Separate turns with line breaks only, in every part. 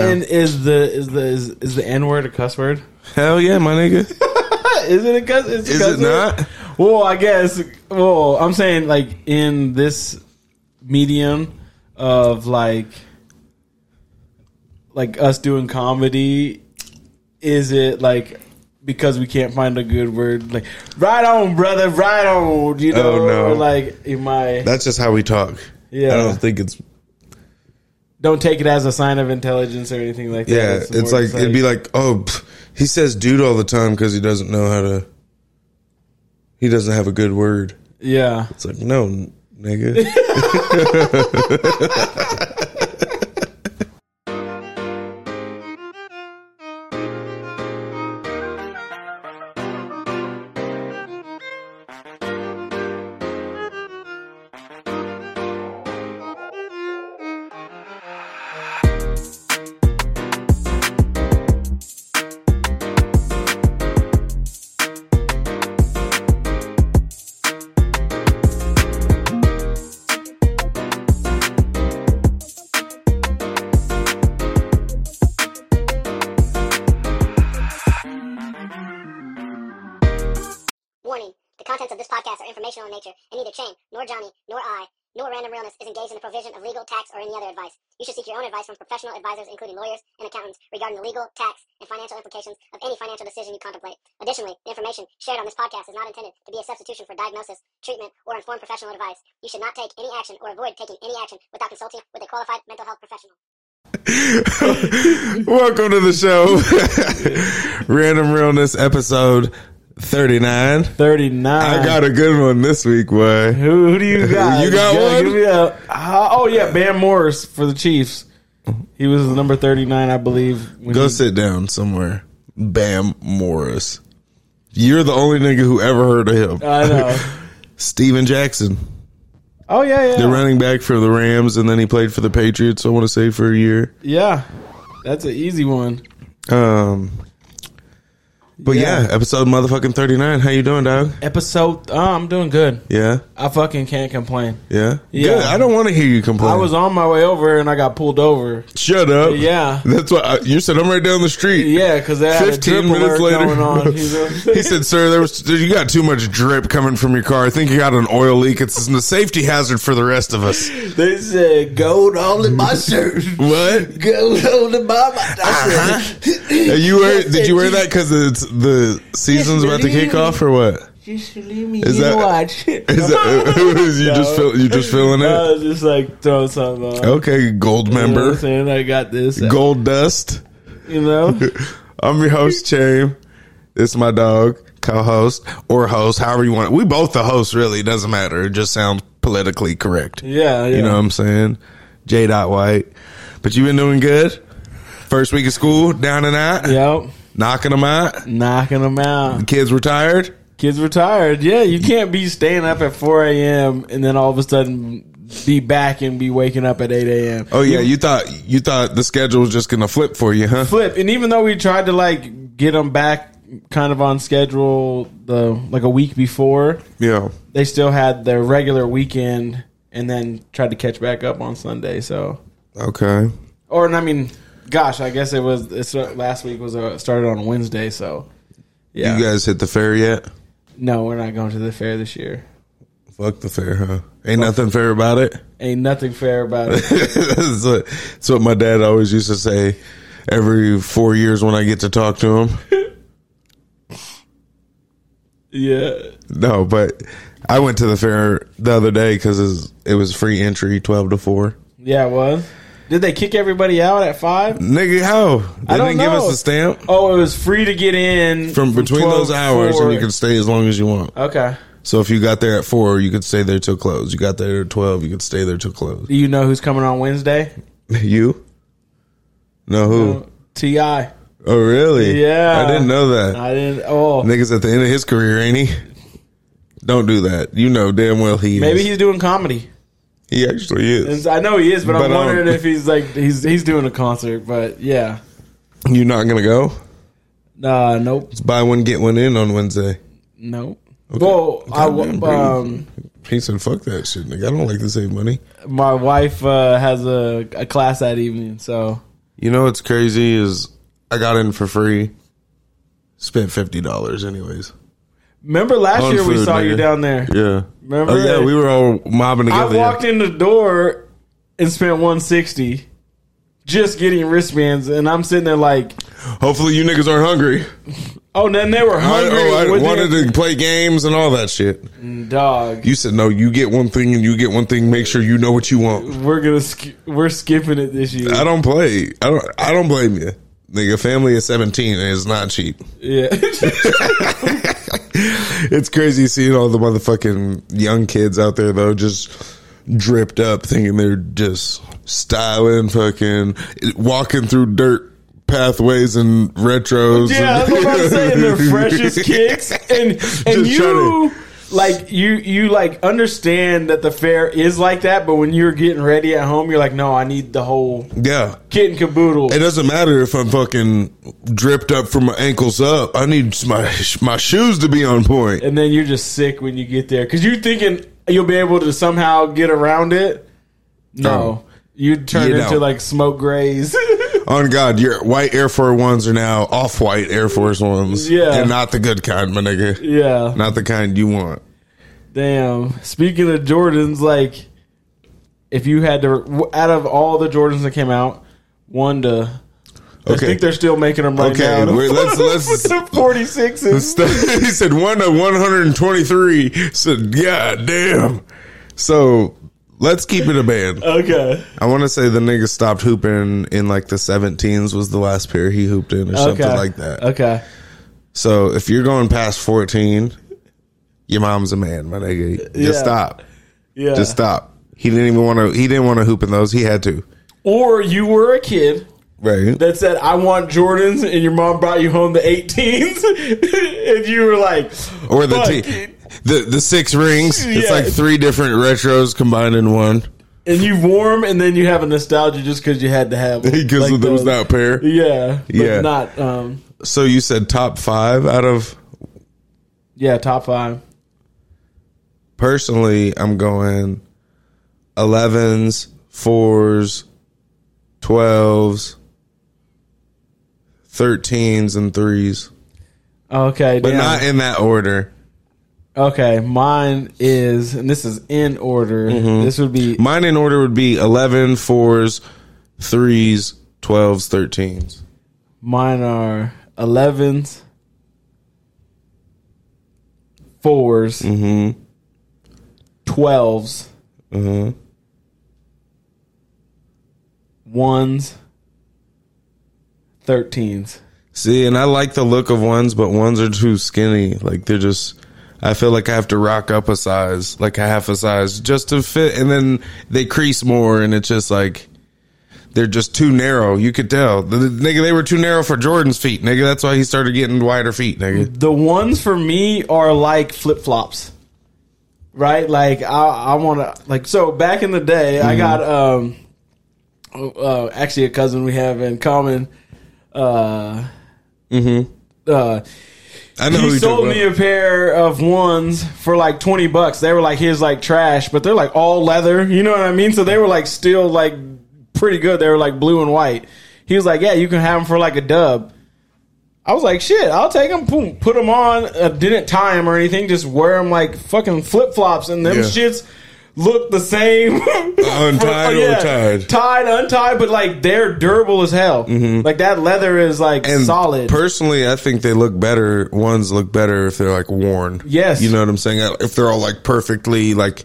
And is the is the is, is the N word a cuss word?
Hell yeah, my nigga.
Is it a cuss? Is,
Is it not?
Well, I guess. Well, I'm saying like in this medium of like like us doing comedy, is it like because we can't find a good word? Like right on, brother, right on. You know,
Oh, no.
Or, like am I?
That's just how we talk.
Yeah.
I don't think it's
Don't take it as a sign of intelligence or anything like
yeah.
that.
It's, like, it'd be like oh, pff, he says dude all the time because he doesn't know how to. He doesn't have a good word.
yeah.
It's like no, n- nigga.
Warning, the contents of this podcast are informational in nature, and neither Chain, nor Johnny, nor I, nor Random Realness is engaged in the provision of legal, tax, or any other advice. You should seek your own advice from professional advisors, including lawyers and accountants, regarding the legal, tax, and financial implications of any financial decision you contemplate. Additionally, the information shared on this podcast is not intended to be a substitution for diagnosis, treatment, or informed professional advice. You should not take any action or avoid taking any action without consulting with a qualified mental health professional.
Welcome to the show. Random Realness episode 39.
Thirty nine.
I got a good one this week, boy.
Who, who do you got?
You got
Yeah,
one?
give me a- uh, oh yeah, Bam Morris for the Chiefs. He was number thirty nine, I believe. when
Go
he-
sit down somewhere. Bam Morris. You're the only nigga who ever heard of him.
I know.
Steven Jackson,
uh, Oh yeah, yeah,
the running back for the Rams, and then he played for the Patriots, I want to say, for a year.
yeah. That's an easy one.
Um, but yeah.
Yeah.
episode motherfucking 39. How you doing, dog?
Episode. Oh, I'm doing good.
Yeah?
I fucking can't complain.
Yeah?
Yeah.
Good. I don't want to hear you complain.
I was on my way over and I got pulled over.
Shut up.
Yeah.
That's why I, you said I'm right down the street.
Yeah, because they had a drip
15 minutes
alert
later,
going on. You know?
he said, "Sir, there was you got too much drip coming from your car. I think you got an oil leak. It's a safety hazard for the rest of us."
they said gold all in my shirt.
What?
Gold all in my. my I said,
Are Uh-huh. you wear, did you wear that because it's the season's about to kick off, or what?
Just leave me
Is
in
that-
watch.
Is that, you just feel, you just feeling
I
it?
was just like throwing something on.
Okay, gold
You know what I'm
member,
saying? I got this.
gold dust.
You know?
I'm your host, Chame. This is my dog, co-host or host, however you want. it. We both the host, really. It doesn't matter. It just sounds politically correct.
Yeah, yeah.
You know what I'm saying? J. Dot White. But you been doing good. First week of school, down and out,
Yep.
knocking them out.
Knocking them out.
Kids retired.
Kids retired. Yeah, you can't be staying up at 4 a.m. and then all of a sudden be back and be waking up at 8 a.m.
Oh yeah, you thought you thought the schedule was just gonna flip for you, huh?
Flip. And even though we tried to like get them back kind of on schedule the like a week before,
Yeah.
they still had their regular weekend and then tried to catch back up on Sunday. So
Okay.
or I mean, gosh, I guess it was. It's uh, last week was uh, started on Wednesday, so yeah.
You guys hit the fair yet?
no, we're not going to the fair this year.
Fuck the fair, huh? Ain't nothing fair about it.
Ain't nothing fair about it.
that's, what, that's what my dad always used to say every four years when I get to talk to him.
yeah,
No, but I went to the fair the other day because it was free entry, twelve to four.
yeah, it was. Did they kick everybody out at five?
Nigga, how? They
I don't
didn't give
know.
us a stamp.
Oh, it was free to get in
From between
12
those hours,
forward.
and you could stay as long as you want.
Okay.
So if you got there at four, you could stay there till close. You got there at twelve, you could stay there till close.
Do you know who's coming on Wednesday?
You? No, who?
Ti. I
Oh, really?
Yeah.
I didn't know that.
didn't. Oh,
Niggas at the end of his career, ain't he? Don't do that. You know damn well he
maybe
is.
he's doing comedy.
he actually is.
I know he is, but,
But,
I'm
um,
wondering if he's like he's he's doing a concert. But yeah,
You're not gonna go?
nah, nope,
It's buy one get one in on Wednesday.
nope. Well, I w-
Goddamn, Brady.
um.
He said, "Fuck that shit, nigga. I don't like to save money."
my wife uh, has a, a class that evening, so
You know what's crazy is I got in for free. Spent fifty dollars anyways.
Remember last
On
year we
food,
saw you
nigga.
down there.
Yeah.
Remember
Oh, yeah,
that?
we were all mobbing
I
together.
walked in the door and spent 160 just getting wristbands, and I'm sitting there like,
Hopefully you niggas aren't hungry.
oh, and then they were
I,
hungry.
oh, I
with
wanted
their-
to play games and all that shit.
dog.
You said no. You get one thing and you get one thing. Make sure you know what you want.
We're gonna sk- we're skipping it this year.
I don't play. I don't. I don't blame you, nigga. Family is seventeen and it's not cheap.
Yeah,
It's crazy seeing all the motherfucking young kids out there though, just dripped up, thinking they're just styling, fucking walking through dirt pathways and retros.
yeah. That's what I'm saying. Their freshest kicks, and and
Just trying
you. Like you, you like understand that the fair is like that, but when you're getting ready at home, you're like, no, I need the whole
Yeah.
kit and caboodle.
It doesn't matter if I'm fucking dripped up from my ankles up. I need my my shoes to be on point.
and then you're just sick when you get there because you're thinking you'll be able to somehow get around it. No,
No.
you turn
You
into
don't.
like smoke grays.
On God, your white Air Force Ones are now off white Air Force Ones.
Yeah.
And not the good kind, my nigga.
yeah,
Not the kind you want.
damn. Speaking of Jordans, like if you had to, out of all the Jordans that came out, one to. I
Okay.
think they're still making them right
Okay,
now.
wait, let's- let's-
forty sixes.
he said one to 123. Said, God damn. So let's keep it a band.
Okay,
I want to say the nigga stopped hooping in like the 17s was the last pair he hooped in or something
okay,
like that.
Okay,
So if you're going past 14, your mom's a man, my nigga. Just
Yeah.
stop.
yeah.
Just stop. He didn't even want to. He didn't want to hoop in those. He had to.
Or you were a kid
Right.
that said, I want Jordans, and your mom brought you home the 18s, and you were like,
or the
fuck
t-
it.
the the six rings. It's
Yeah.
like three different retros combined in one
and you warm, and then you have a nostalgia just because you had to have them.
because
Like
of those that pair.
Yeah, but
Yeah.
not um,
So you said top five out of
yeah, top five.
personally, I'm going elevens, fours, twelves, thirteens, and threes,
Okay,
but
damn.
not in that order.
okay. Mine is, and this is in order.
Mm-hmm.
This would be
Mine in order would be 11, fours, threes, twelves, thirteens.
mine are 11s, fours,
Mm-hmm.
12s,
Mm-hmm.
ones, 13s.
See, and I like the look of ones, but ones are too skinny. Like they're just. I feel like I have to rock up a size, like a half a size, just to fit. And then they crease more, and it's just like they're just too narrow. You could tell, the, the, nigga. They were too narrow for Jordan's feet, nigga. That's why he started getting wider feet, nigga.
The ones for me are like flip flops, right? Like I, I want to like so back in the day, I got um, uh, actually a cousin we have in common. Uh, mm-hmm. Uh,
I know. who
he
you
sold
talking
me
about.
a pair of ones for like twenty bucks. They were like his like trash, but they're like all leather. You know what I mean? So they were like still like pretty good. They were like blue and white. He was like, "Yeah, you can have them for like a dub." I was like, "Shit, I'll take them." Boom, put them on. Uh, didn't tie them or anything. Just wear them like fucking flip flops, and them
Yeah.
shits look the same. oh,
Untied or tied?
Tied, untied, but like they're durable as hell. Like that leather is like
And
solid.
Personally, I think they look better. Ones look better if they're like worn.
Yes.
you know what I'm saying. If they're all like perfectly like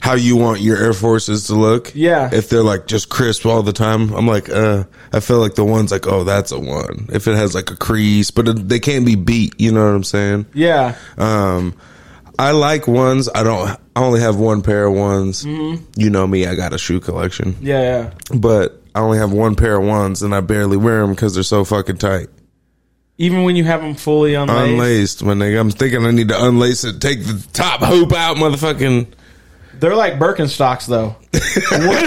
how you want your Air Forces to look.
Yeah.
If they're like just crisp all the time, I'm like, uh, I feel like the ones like, oh, that's a one. If it has like a crease, but it, they can't be beat. You know what I'm saying?
yeah.
Um, I like ones. I don't. I only have one pair of ones. You know me. I got a shoe collection
Yeah. Yeah.
but I only have one pair of ones and I barely wear them because they're so fucking tight.
Even when you have them fully unlaced.
Unlaced, my nigga. I'm thinking I need to unlace it, take the top hoop out, motherfucking.
They're like Birkenstocks, though. Once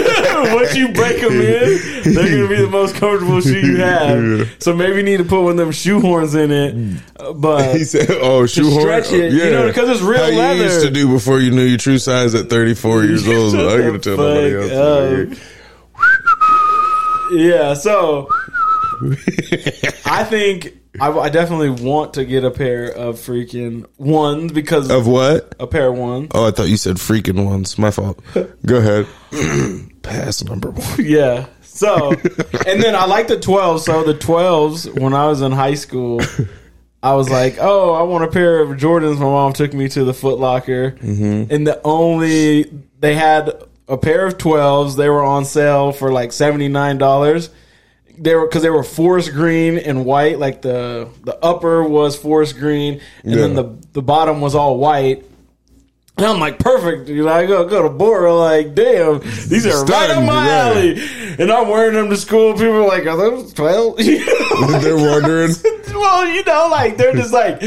once you break them in, they're going to be the most comfortable shoe you have. So maybe you need to put one of them shoehorns in it. uh,
He
But
said, "Oh, shoehorn."
stretch it, you know, 'cause it's real
How
leather.
You used to do before you knew your true size at 34 years old.
Shut
I'm gonna
the
tell nobody
fuck
else.
up. yeah, so I think I, I definitely want to get a pair of freaking ones because
of what?
a pair of ones.
Oh, I thought you said freaking ones. My fault. Go ahead. Pass number one.
Yeah. So, and then I like the 12s. So the 12s, when I was in high school, I was like, oh, I want a pair of Jordans. My mom took me to the Foot Locker.
Mm-hmm.
And the only, they had a pair of 12s. They were on sale for like $79. They were because they were forest green and white. Like the the upper was forest green, and then
Yeah.
the the bottom was all white. And I'm like, perfect, dude. I go go to Bora, like, damn, these are right
Stunning,
up my
yeah.
alley. And I'm wearing them to school. People are like, are those 12?
They're wondering
well, you know, like, they're just like,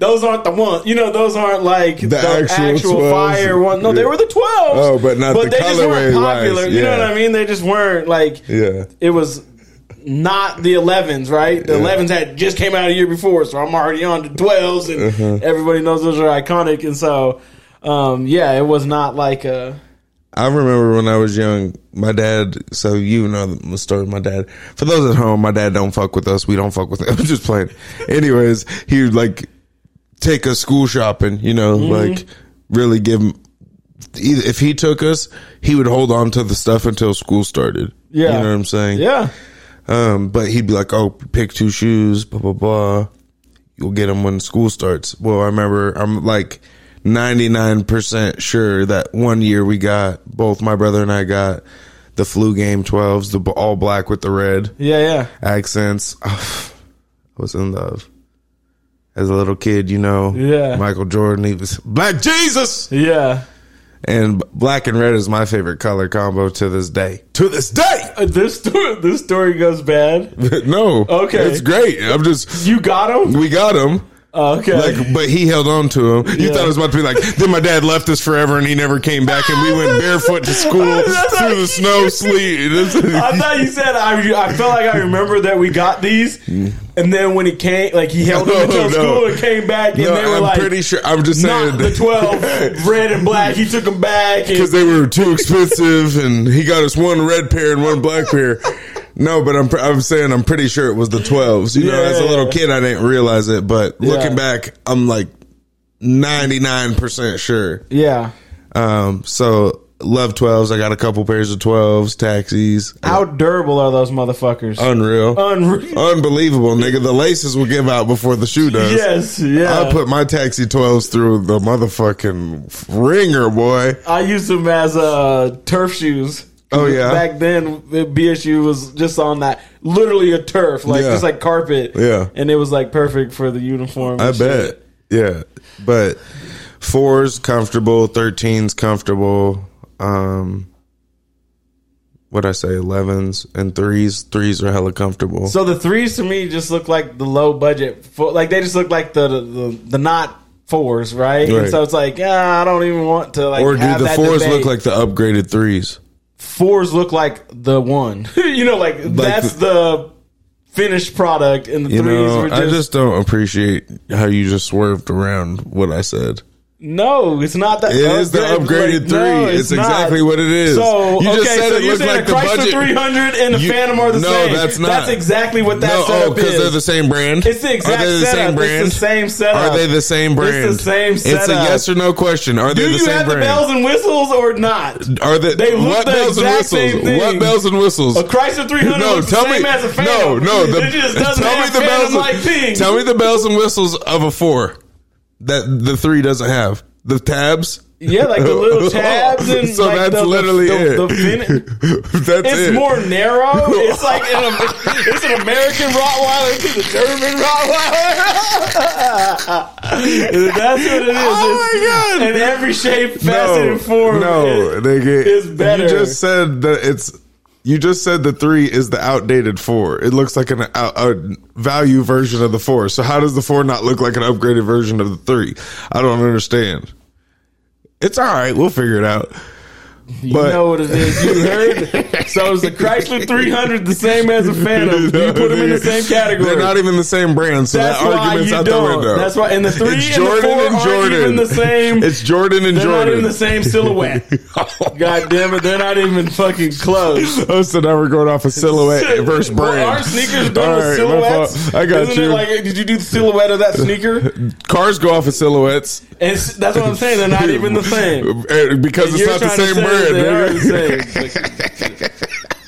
those aren't the ones. You know, those aren't like the,
actual
actual,
12s.
fire one. No, they
Yeah.
were the 12s.
Oh, but not the colorway wise,
You know
yeah.
what I mean? They just weren't like,
Yeah.
it was not the 11s, right? The
Yeah.
11s had just came out a year before, so I'm already on the 12s, and everybody knows those are iconic. And so, um, yeah, it was not like a.
I remember when I was young, my dad. So you know the story. of My dad. For those at home, my dad don't fuck with us. We don't fuck with him. I'm just playing. Anyways, he would like take us school shopping. You know, like really give. him- Either if he took us, he would hold on to the stuff until school started.
Yeah.
you know what I'm saying.
Yeah.
Um, but he'd be like, "Oh, pick two shoes, blah blah blah. You'll get them when school starts." Well, I remember I'm like ninety nine percent sure that one year we got both my brother and I got the flu game twelves, the b- all black with the red
Yeah, yeah.
accents. I was in love as a little kid, you know.
Yeah.
Michael Jordan, he was Black Jesus,
Yeah.
and b- black and red is my favorite color combo to this day. To this day.
Uh, This story, this story goes bad.
no.
Okay.
It's great. I'm just
You got him?
we got him.
Okay.
Like, but he held on to him. You
Yeah.
thought it was about to be like, then my dad left us forever and he never came back and we went barefoot to school
That's
through the
like-
snow, sleet.
I thought you said I. I felt like I remember that we got these, and then when he came, like he held them until
No, no.
school and came back, and
No,
they were
I'm
like,
pretty sure. I'm just saying
not the twelve red and black. He took them back. and-
because they were too expensive and he got us one red pair and one black pair. No, but I'm pr- I'm saying I'm pretty sure it was the 12s. You know, as a little
Yeah.
kid, I didn't realize it, but looking
Yeah.
back, I'm like 99% sure.
yeah.
Um, so love 12s. I got a couple pairs of 12s, taxis.
How durable are those motherfuckers?
Uh, Unreal.
Unreal.
Unbelievable, nigga. The laces will give out before the shoe does.
Yes, yeah.
I put my taxi 12s through the motherfucking ringer, boy.
I used them as uh, turf shoes.
Oh, yeah?
Back then, the BSU was just on that literally a turf, like
Yeah.
just like carpet.
Yeah.
and it was like perfect for the uniform. and
I
shit.
bet. Yeah. But fours comfortable, 13s comfortable. Um, what I say, 11s and threes. Threes are hella comfortable.
So the threes to me just look like the low budget, fo- like they just look like the the, the, the not fours, right? And
Right.
so it's like, ah, I don't even want to like.
or do
have
the
that
fours
debate.
look like the upgraded threes?
fours look like the one? you know, like, that's the finished product, and the
You
threes
know,
were just,
I just don't appreciate how you just swerved around what I said.
no. It's not that.
It is the upgraded three. It's exactly what it is.
So
You
okay,
just said
so
it
you're
looked
saying
like
a
the
Chrysler
budget-
300 and the
You-
Phantom are the
No,
same.
that's not.
That's exactly what that
no, oh,
setup is.
because they're the same brand.
It's the exact
Are they the
setup.
same brand?
It's the same setup.
Are they the same brand?
It's the same
It's a
setup.
yes or no question. Are they
Do
the
you
same
have
brand?
the bells and whistles or not?
Are they,
They look
what
the
bells and
exact
whistles?
same thing.
What bells and whistles?
A Chrysler 300
no,
looks
tell
the same
me.
as a Phantom.
No, no. The,
it just doesn't
tell
have
me the bells.
Phantom-like things.
Tell me the bells and whistles of a four that the three doesn't have. The tabs.
Yeah, like the little tabs and
Oh, so
like
that's
the,
literally
the, the,
it.
the fin-
that's
It's
it.
more narrow. It's like an, it's an American Rottweiler to the German Oh Rottweiler. that's what it is.
Oh my
It's-
God.
And every shape, facet, and form.
No,
is-
nigga,
is better.
You just said that it's. You just said the three is the outdated four. It looks like an out, a value version of the four. So how does the four not look like an upgraded version of the three? I don't understand. It's all right. We'll figure it out.
You
But-
know what it is. You heard. it. So is the Chrysler 300 the same as the Phantom? You put them in the same category.
They're not even the same brand, so
That's
that
why
argument's
you
out
don't.
the window.
That's why- and the three and the four aren't even the same.
It's Jordan Oh. and
They're not
Jordan.
even the same silhouette. God damn it, they're not even fucking close.
Oh, so now we're going off of silhouette versus
Well,
brand.
our sneakers go
All
with
right, my fault.
silhouettes.
I got
Isn't
you.
It like, did you do the silhouette of that sneaker? And
Cars go off of silhouettes.
s- that's what I'm saying. They're not even the same.
Eh, Because it's
You're
not the
trying to
same
say they
brand.
are
nigga.
the same.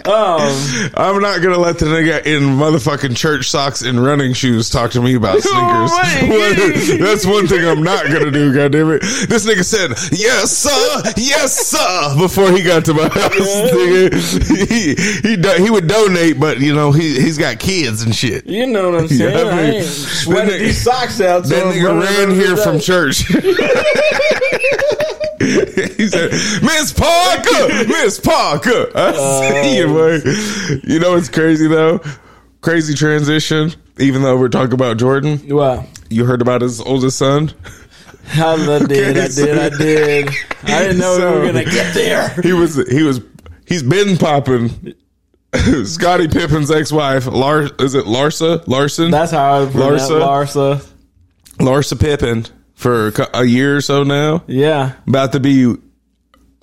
um,
I'm not gonna let the nigga in motherfucking church socks and running shoes talk to me about sneakers.
Wait.
That's one thing I'm not gonna do. God damn it! This nigga said yes sir, yes sir before he got to my house. Nigga. He he, do, he would donate, but you know he he's got kids and shit.
you know what I'm saying.
Yeah, I
I,
mean,
ain't
that
sweating
nigga-
these socks out. so
That
I'm
nigga
running
ran
under
here
the
from
deck.
church. he said, Miss Parker, Miss Parker. I see you, boy. You know what's crazy though? Crazy transition. Even though we're talking about Jordan,
Wow.
you heard about his oldest son.
I did, I did, I did. I didn't know we
So-
were gonna get there.
He was he was he's been popping. Scottie Pippen's ex-wife, Lars is it Larsa Larson?
That's how I would pronounce Larsa. Larsa.
Larsa Pippen for a cou- a year or so now.
Yeah.
about to be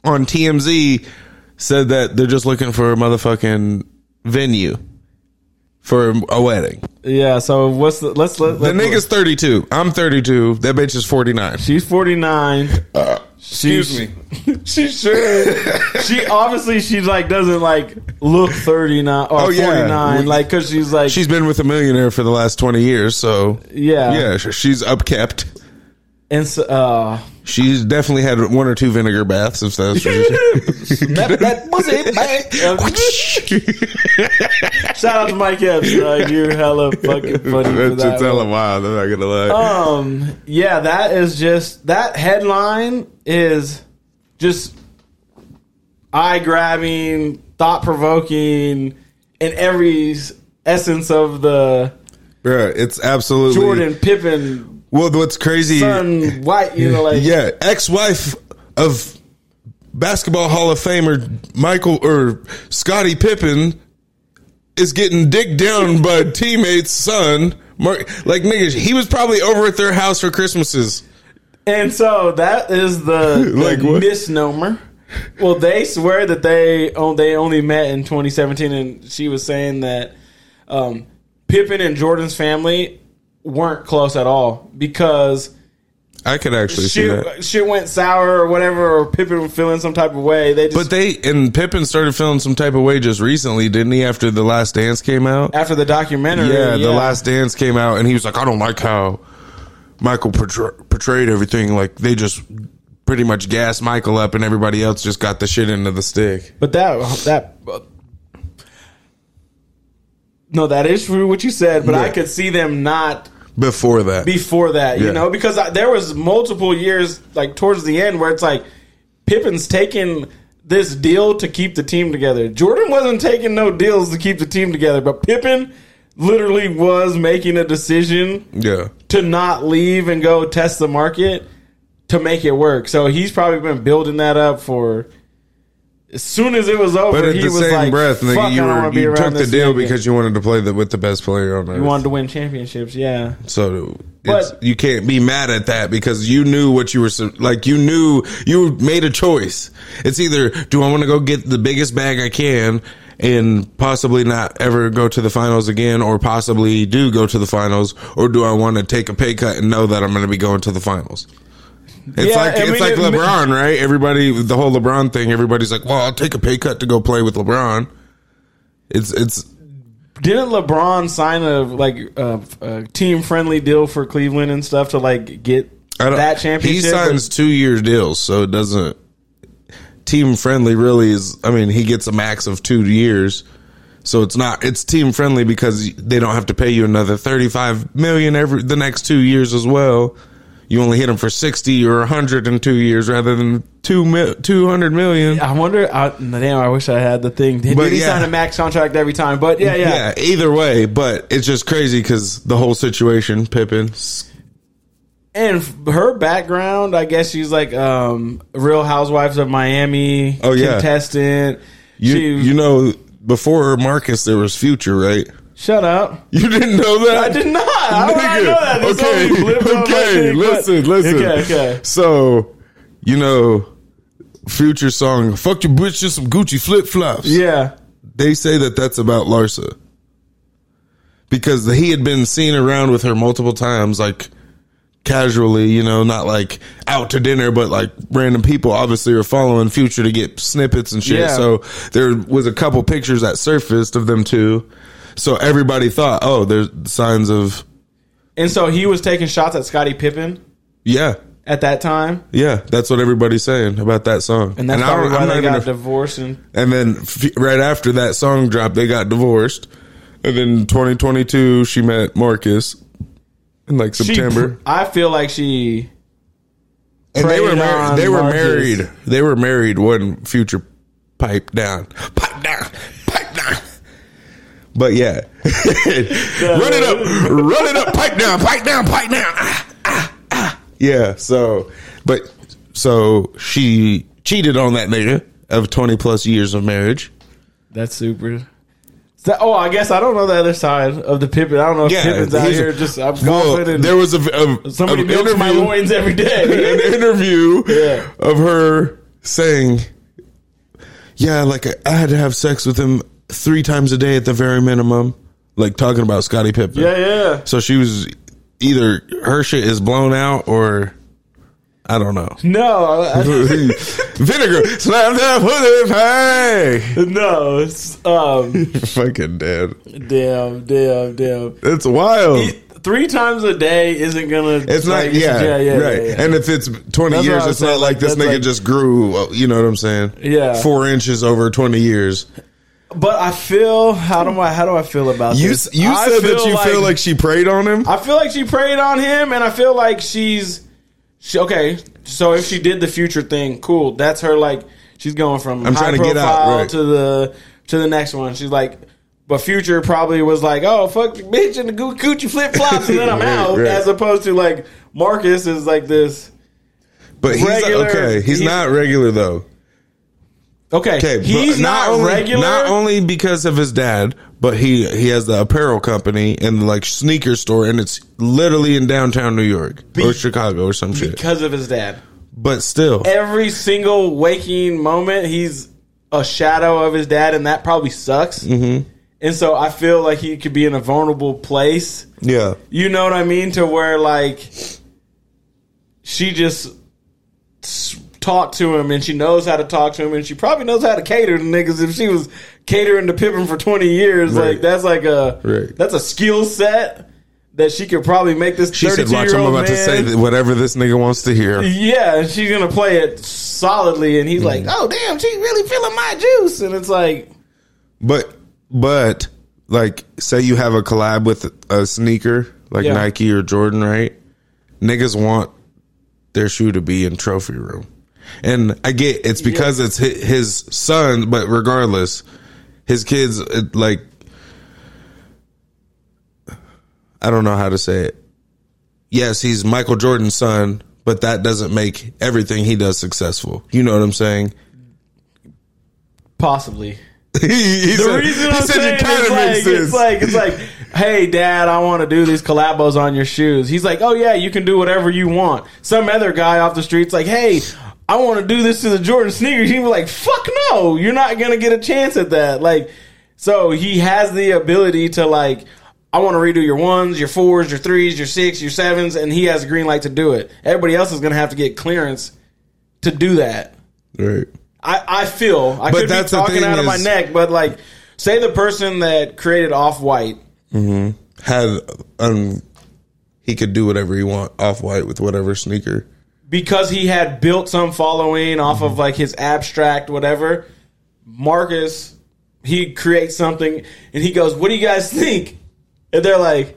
on TMZ said that they're just looking for a motherfucking venue for a wedding.
Yeah, so what's the let's let
The nigga's 32. I'm 32. That bitch is 49.
She's forty nine.
Uh, Excuse me.
She should. she obviously she like doesn't like look thirty nine or
Oh, yeah.
forty nine. Like because she's like
She's been with a millionaire for the last 20 years, so
yeah
yeah, sh- she's upkept.
and so, uh,
She's definitely had one or two vinegar baths if that's
that, that pussy back. Shout out to Mike Epps. Uh, you're hella fucking funny for
That's
that.
just hella
one.
wild. I'm not gonna lie.
um yeah that is just that headline is just eye grabbing thought provoking in every s- essence of the
Bruh, it's absolutely
jordan pippen
Well, what's crazy?
son white you know like
Yeah, ex-wife of basketball Hall of Famer Michael or Scottie Pippen is getting dicked down by a teammate's son. Mark, like niggas, he was probably over at their house for Christmases.
and so that is the, the
Like what?
misnomer well they swear that they oh, they only met in 2017 and she was saying that um, pippen and jordan's family weren't close at all because
I could actually see that.
shit, shit went sour or whatever, or Pippen was feeling some type of way. They just
But they and Pippen started feeling some type of way just recently, didn't he? After the Last Dance came out,
after the documentary,
yeah, the Last Dance came out, and he was like, I don't like how Michael portray- portrayed everything. Like they just pretty much gassed Michael up, and everybody else just got the shit into the stick.
But that that no, that is true what you said. But I
Yeah.
could see them not
Before that,
before that,
Yeah.
you know, because I, there was multiple years like towards the end where it's like Pippen's taking this deal to keep the team together. Jordan wasn't taking no deals to keep the team together, but Pippen literally was making a decision
yeah,
to not leave and go test the market to make it work. So he's probably been building that up for as soon as it was over.
but at
he
the
was
same
like,
breath, nigga,
Fuck, I
you,
don't
were,
wanna be
you
around
took the
this
deal
nigga."
because you wanted to play the, with the best player on earth.
you wanted to win championships. Yeah,
so. It's,
But-
you can't be mad at that because you knew what you were su- like. You knew you made a choice. It's either do I want to go get the biggest bag I can and possibly not ever go to the finals again, or possibly do go to the finals, or do I want to take a pay cut and know that I'm going to be going to the finals? It's
Yeah,
like
I
it's
mean,
like
it-
LeBron, right? Everybody, the whole LeBron thing. Everybody's like, "Well, I'll take a pay cut to go play with LeBron." It's it's
didn't LeBron sign a like a, a team friendly deal for Cleveland and stuff to like get
I don't,
that championship?
He signs two year deals, so it doesn't team friendly. Really is. I mean, he gets a max of two years, so it's not. It's team friendly because they don't have to pay you another thirty five million every the next two years as well. You only hit him for sixty or hundred in two years rather than two mil, two hundred million.
I wonder. I, damn, I wish I had the thing. Did,
But
did he
yeah.
sign a max contract every time? But yeah, yeah.
yeah. either way, but it's just crazy because the whole situation, Pippen, S-
And f- her background, I guess she's like um, Real Housewives of Miami.
Oh, yeah.
contestant.
You
she,
you know before Marcus there was Future, right?
shut up.
You didn't know that?
I did not. How would I
Nigga.
know that? This only blipped on my
okay.
thing, but-
Listen, listen.
Okay, okay.
So, you know, future song "Fuck Your Bitch" just some Gucci flip flops.
Yeah.
They say that that's about Larsa because he had been seen around with her multiple times, like casually, you know, not like out to dinner, but like random people obviously are following Future to get snippets and shit.
Yeah.
So there was a couple pictures that surfaced of them two. So everybody thought, oh, there's signs of
And so he was taking shots at Scottie Pippen
yeah,
at that time,
yeah. That's what everybody's saying about that song.
and that's
I
probably
don't-
why
I'm
they
not
got
even-
divorced. And
And then f- right after that song dropped, they got divorced. And then 2022, she met Marcus in like
she-
September.
I feel like she.
and they were
preyed
mar-
on
they were
Marcus.
married. They were married when Future piped down, pipe down, pipe down. But yeah, run it up, run it up, pipe down, pipe down, pipe down. Ah, ah, ah. Yeah. So, but so she cheated on that nigga of twenty plus years of marriage.
That's super. So- oh, I guess I don't know the other side of the Pippen. I don't know if
Yeah,
Pippen's out
he's a-
here just I'm
Well,
golfing and
there was a, a
somebody
an
milks my
interview-
loins every day.
an interview
Yeah.
of her saying, "Yeah, like I, I had to have sex with him three times a day at the very minimum." Like talking about Scottie Pippen.
yeah, yeah.
So she was either her shit is blown out or I don't know.
No, I,
Vinegar slam that hoodie hey.
no. It's, um,
Fucking dead.
damn, damn, damn.
It's wild.
Three times a day isn't gonna.
It's not,
like,
yeah, right.
yeah.
And if it's 20
That's what
years,
I was
it's not
saying,
like this
that's
nigga
like-
just grew, uh, you know what I'm saying?
Yeah.
Four inches over 20 years.
But I feel how do I how do I feel about
You, you
this?
said that you feel like she preyed on him?
I feel like she preyed on him, and I feel like she's she, okay. So if she did the future thing, cool. That's her like she's going from
I'm
high
trying to
profile
get out, right.
to the to the next one. She's like, but future probably was like, oh fuck, your bitch, and the goo- coochie flip flops, and then I'm
Right,
out.
right.
As opposed to like Marcus is like this.
but he's
regular-
okay. He's,
he's-
not regular though.
Okay,
Okay,
he's
but
not,
only,
regular.
Not only because of his dad, but he he has the apparel company and like sneaker store, and it's literally in downtown New York or Chicago or some shit.
because of his dad.
But still,
every single waking moment, he's a shadow of his dad, and that probably sucks. Mm-hmm. And so I feel like he could be in a vulnerable place.
yeah,
You know what I mean? To where like she just s- talked to him, and she knows how to talk to him, and she probably knows how to cater to niggas. If she was catering to Pippin for twenty years,
Right.
like that's like a
Right.
that's a skill set. That she could probably make this.
she said, "Watch, I'm
32-year-old
about to
man-
say that whatever this nigga wants to hear."
yeah, and she's gonna play it solidly, and he's like, "Oh damn, she really feeling my juice," and it's like,
But but like say you have a collab with a sneaker like
Yeah.
Nike or Jordan, right? Niggas want their shoe to be in trophy room. And I get it's because it's hi- his son, but regardless, his kids it, like I don't know how to say it. Yes, he's Michael Jordan's son, but that doesn't make everything he does successful. You know what I'm saying?
possibly.
he he
The
said,
reason
he
I'm
said
saying
you kind of make
it's like,
sense.
it's like, it's like, hey, Dad, I want to do these collabos on your shoes. He's like, "Oh yeah, you can do whatever you want." Some other guy off the street's like, "Hey." I want to do this to the Jordan sneakers. He was like, "Fuck no, you're not gonna get a chance at that." Like, so he has the ability to like, I want to redo your ones, your fours, your threes, your six, your sevens, and he has a green light to do it. Everybody else is gonna have to get clearance to do that.
right.
I, I feel I
But
could
that's
be
the
talking
thing
out of my
is-
neck, but like, say the person that created Off White,
had um he could do whatever he want off white with whatever sneaker.
because he had built some following off
Mm-hmm.
of like his abstract whatever marcus he creates something and he goes what do you guys think and they're like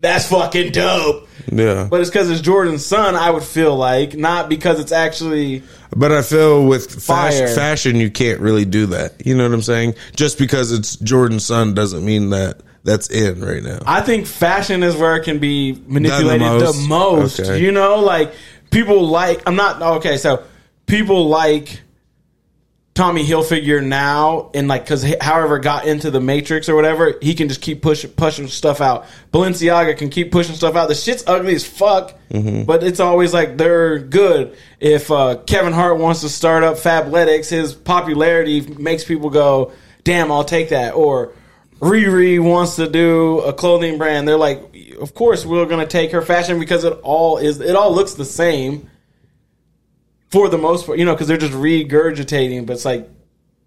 that's fucking dope
Yeah. But,
but it's because it's jordan's son i would feel like not because it's actually
I feel with fashion,
Fire.
fashion you can't really do that. You know what I'm saying? Just because it's Jordan's son doesn't mean that that's in right now.
I think fashion is where it can be manipulated the most.
most. Okay.
You know, like people like I'm not okay. So people like Tommy Hilfiger now, and like because however got into the Matrix or whatever, he can just keep pushing pushing stuff out. Balenciaga can keep pushing stuff out. The shit's ugly as fuck, but it's always like they're good. If uh, Kevin Hart wants to start up Fabletics, his popularity makes people go, "Damn, I'll take that." Or Riri wants to do a clothing brand. They're like, "Of course, we're gonna take her fashion because it all is it all looks the same." for the most part, you know, because they're just regurgitating. But it's like,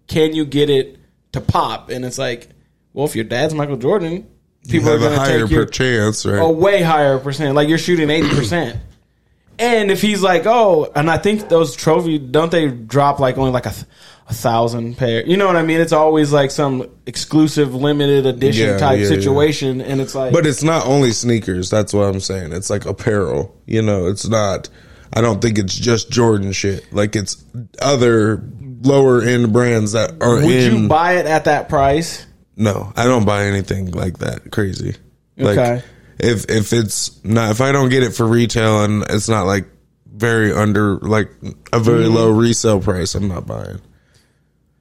can you get it to pop? And it's like, well, if your dad's Michael Jordan,
You
people are
have a
going
higher
to take your Oh.
chance, right?
a way higher percent. Like you're shooting eighty percent. And if he's like, oh, and I think those trophy don't they drop like only like a, th- a thousand pair? You know what I mean? It's always like some exclusive limited edition
Yeah,
type
yeah, yeah.
situation, and it's like,
But it's not only sneakers. That's what I'm saying. It's like apparel. You know, it's not. I don't think it's just Jordan shit. Like it's other lower end brands that are
would
in.
you buy it at that price?
no, I don't buy anything like that. Crazy. Like
Okay.
if if it's not if I don't get it for retail and it's not like very under like a very low resale price, I'm not buying.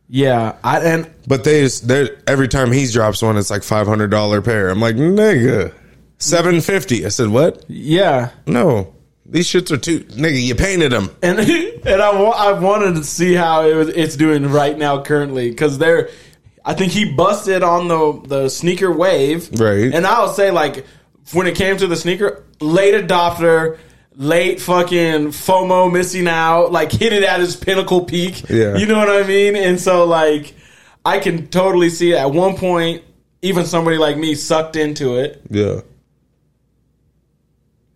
Yeah, I and
But they just they every time he drops one, it's like five hundred dollar pair. I'm like nigga, seven fifty. I said what?
yeah,
No, these shits are too nigga. You painted them.
and and I, wa- I wanted to see how it was it's doing right now currently because they're I think he busted on the the sneaker wave
Right.
and I'll say like when it came to the sneaker late adopter late fucking FOMO missing out like hit it at his pinnacle peak
Yeah.
you know what I mean and so like I can totally see at one point even somebody like me sucked into it
Yeah,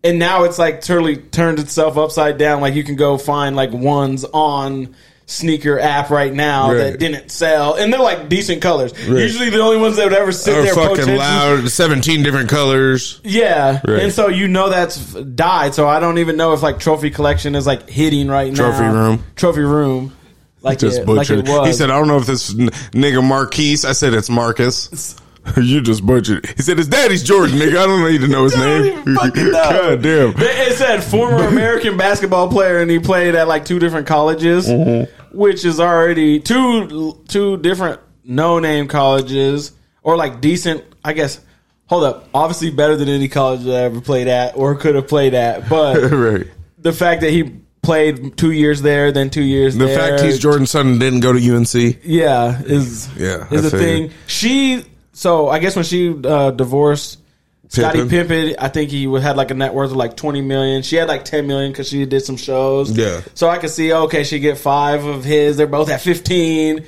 and now it's like totally turned itself upside down. Like you can go find like ones on sneaker app right now that
Right.
didn't sell, and they're like decent colors. Usually the only ones that would ever sit
they're
there
fucking
potentially-
loud. Seventeen different colors.
Yeah,
Right.
and so you know that's f- died. So I don't even know if like trophy collection is like hitting right now.
Trophy room.
trophy room. Like
Just
it, like it
butchered.
was.
he said, "I don't know if this n- nigga Marquise." I said, "It's Marcus." you just butchered. He said, "His daddy's Jordan, nigga. I don't need to know his
Don't
name."
even fucking know.
God damn.
It it said former American basketball player, and he played at like two different colleges,
Mm-hmm.
which is already two two different no name colleges or like decent, I guess. Hold up, obviously better than any college that I ever played at or could have played at, but
right.
the fact that he played two years there, then two years
The
there,
fact he's Jordan's son and didn't go to UNC.
yeah, is
Yeah,
is
I
a
figured.
thing. She so I guess when she uh, divorced Scotty
Pippen?
Pimpin, I think he would- had like a net worth of like twenty million. She had like ten million because she did some shows.
Yeah.
so I could see okay, she get five of his. They're both at fifteen.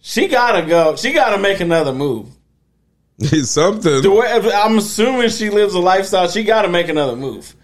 She gotta go. She gotta make another move.
He's something.
The way, I'm assuming she lives a lifestyle. She got to make another move.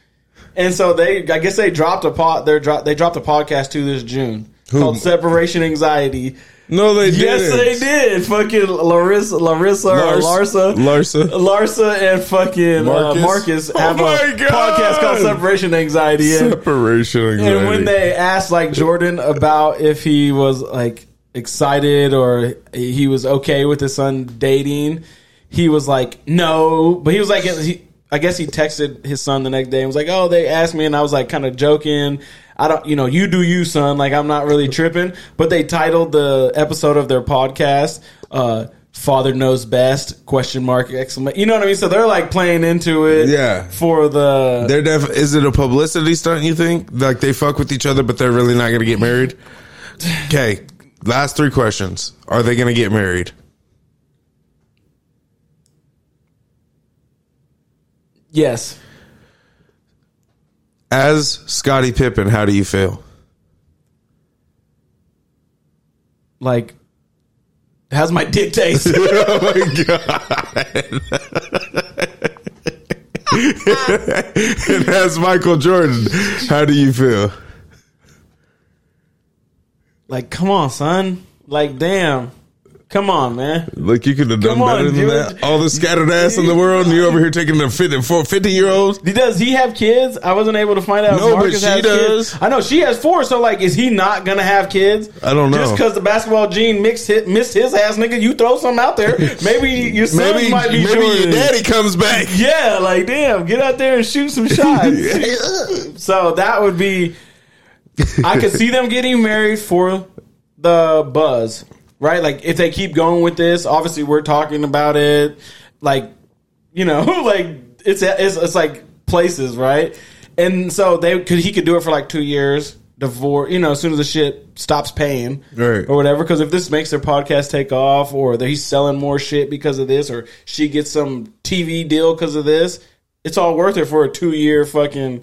And so they, I guess they dropped a pot. They dropped they dropped a podcast too this June called "Separation Anxiety."
no, they
Yes,
didn't.
they did. Fucking Larissa, Larissa
Lars-
or Larsa,
Larsa.
Larsa, and fucking Marcus, uh,
Marcus.
Marcus
Oh
have a
my God.
podcast called Separation Anxiety. And,
Separation anxiety.
and when they asked like Jordan about if he was like excited or he was okay with his son dating, he was like no, but he was like he, I guess he texted his son the next day and was like, "Oh, they asked me," and I was like, kind of joking. I don't, you know, you do you, son. Like I'm not really tripping. But they titled the episode of their podcast. Uh, Father knows best? Question mark exclamation. You know what I mean. So they're like playing into it.
Yeah.
For the
They're def- is it a publicity stunt? You think like they fuck with each other, but they're really not going to get married? Okay, last three questions: Are they going to get married?
yes.
As Scottie Pippen, how do you feel?
like how's my dick taste
oh my god! and as Michael Jordan, how do you feel?
like come on son like damn Come on, man.
Like you could have done
Come on,
better than
dude.
that. All the scattered ass in the world, and you over here taking the 50, four- 50 year olds.
Does he have kids? I wasn't able to find out. if
No, but
Marcus
she
has
does.
Kids. I know she has four. So like, is he not gonna have kids?
I don't
Just
know.
because the basketball gene mixed hit, missed his ass, nigga, you throw some out there. Maybe your son
Maybe
might be
maybe your
Jordan.
daddy comes back.
Yeah, like damn, get out there and shoot some shots. So that would be. I could see them getting married for the buzz, right? Like if they keep going with this, obviously we're talking about it. Like you know, like it's it's, it's like places, right? And so they could he could do it for like two years, divorce. You know, as soon as the shit stops paying,
Right.
or whatever. Because if this makes their podcast take off, or that he's selling more shit because of this, or she gets some TV deal because of this, it's all worth it for a two year fucking.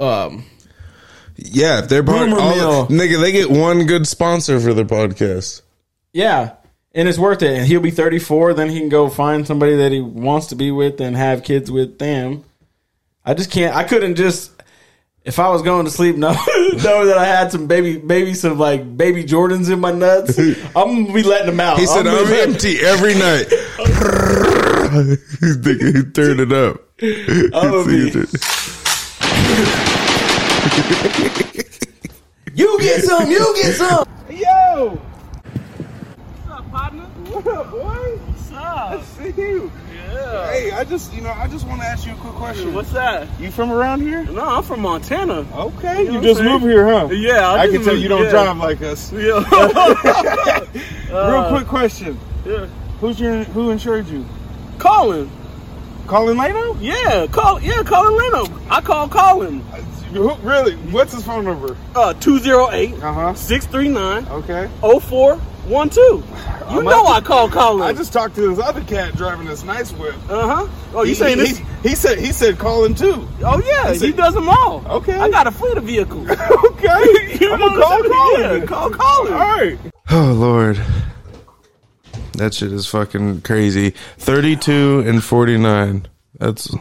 Um,
Yeah, if they're part
Rumor
all
mill.
the, nigga, they get one good sponsor for their podcast.
Yeah. And it's worth it. And he'll be 34. Then he can go find somebody that he wants to be with and have kids with them. I just can't. I couldn't just. If I was going to sleep, know, know that I had some baby, maybe some like baby Jordans in my nuts, I'm gonna be letting them out.
He said,
I'm
"I'm
gonna be like-
empty every night." Nigga, he turned it up.
I'ma be- you get some, you get some.
Yo! What's up, partner? What up, boy? What's up? I see you. Yeah.
Hey, I just, you know, I just want to ask you a quick question.
What's that? Oh.
you from around here?
No, I'm from Montana.
Okay, you,
know what
just
I'm saying?
moved here, huh?
Yeah,
I,
just
can tell
moved-
you don't
yeah.
drive like us.
Yeah. Uh,
Real quick question:
yeah.
Who's your, who insured you?
Colin.
Colin Lano?
Yeah, call. Yeah, Colin Leno. I call Colin.
Who, really? What's his phone number?
Uh, 208
Uh huh.
639
Okay.
0412. You know I call Colin.
I just talked to this other cat driving this nice whip.
Uh huh. Oh, you
He-
saying
he,
this?
He, said he said Colin too.
Oh yeah,
he said-
he does them all.
Okay.
I got a fleet of vehicles.
okay,
You
I'm
know
gonna
what
call
I'm saying?
Colin.
Yeah, call Colin.
All right.
Oh lord, that shit is fucking crazy. Thirty-two and forty-nine. That's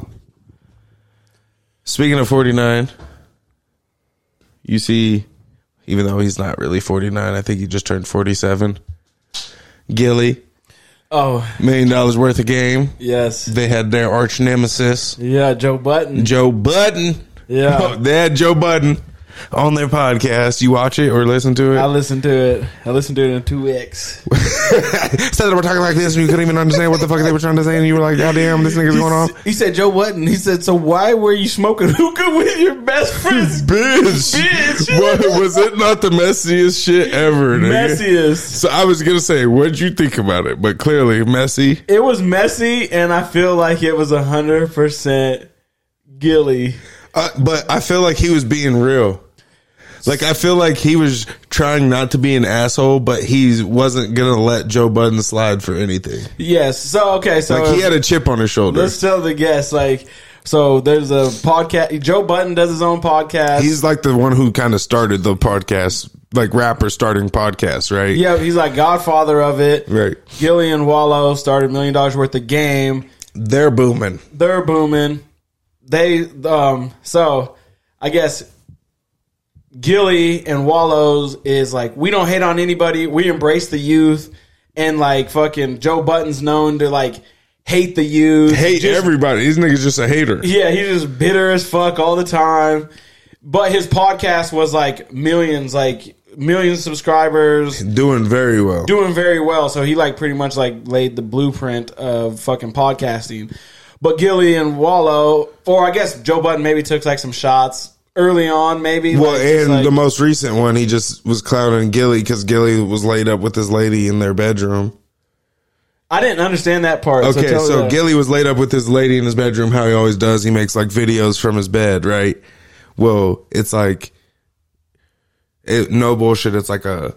speaking of forty-nine. You see, even though he's not really forty-nine, I think he just turned forty-seven. Gilly,
Oh
million dollars worth of game.
yes,
They had their arch nemesis,
yeah, Joe Button.
Joe Budden.
Yeah,
They had Joe Budden on their podcast. You watch it or listen to it.
I listened to it. I listened to it in two X.
Instead of we're talking like this, and you couldn't even understand what the fuck they were trying to say, and you were like, "God damn, this nigga's going off."
He said Joe Button. He said, so why were you smoking hookah with your best friends?
Bitch,
Bitch.
What- was it not the messiest shit ever? Nigga?
Messiest.
So I was gonna say, what'd you think about it? But clearly, messy.
It was messy, and I feel like it was hundred percent Gilly.
Uh, but I feel like he was being real. Like I feel like he was trying not to be an asshole, but he wasn't gonna let Joe Budden slide for anything.
Yes. So okay. So
Like he had a chip on his shoulder.
Uh, let's tell the guests. Like, so there's a podcast. Joe Button does his own podcast.
He's like the one who kind of started the podcast, like rapper starting podcasts, right?
yeah, he's like godfather of it.
Right.
Gilly and Wallow started million dollars worth of game.
They're booming.
They're booming. They um. So I guess Gilly and Wallows is like we don't hate on anybody. We embrace the youth, and like fucking Joe Button's known to like hate the youth,
Hate
Just-
everybody. These niggas just a hater.
Yeah, he's just bitter as fuck all the time. But his podcast was like millions, like millions of subscribers,
Doing very well.
doing very well. So he like pretty much like laid the blueprint of fucking podcasting. But Gilly and Wallow, or I guess Joe Button maybe took like some shots early on, maybe.
well,
like, just,
and
like-
the most recent one, he just was clowning Gilly because Gilly was laid up with his lady in their bedroom.
I didn't understand that part.
Okay, so,
tell the-
Gilly was laid up with his lady in his bedroom, how he always does. He makes like videos from his bed, right? Well, it's like, it, no bullshit. It's like a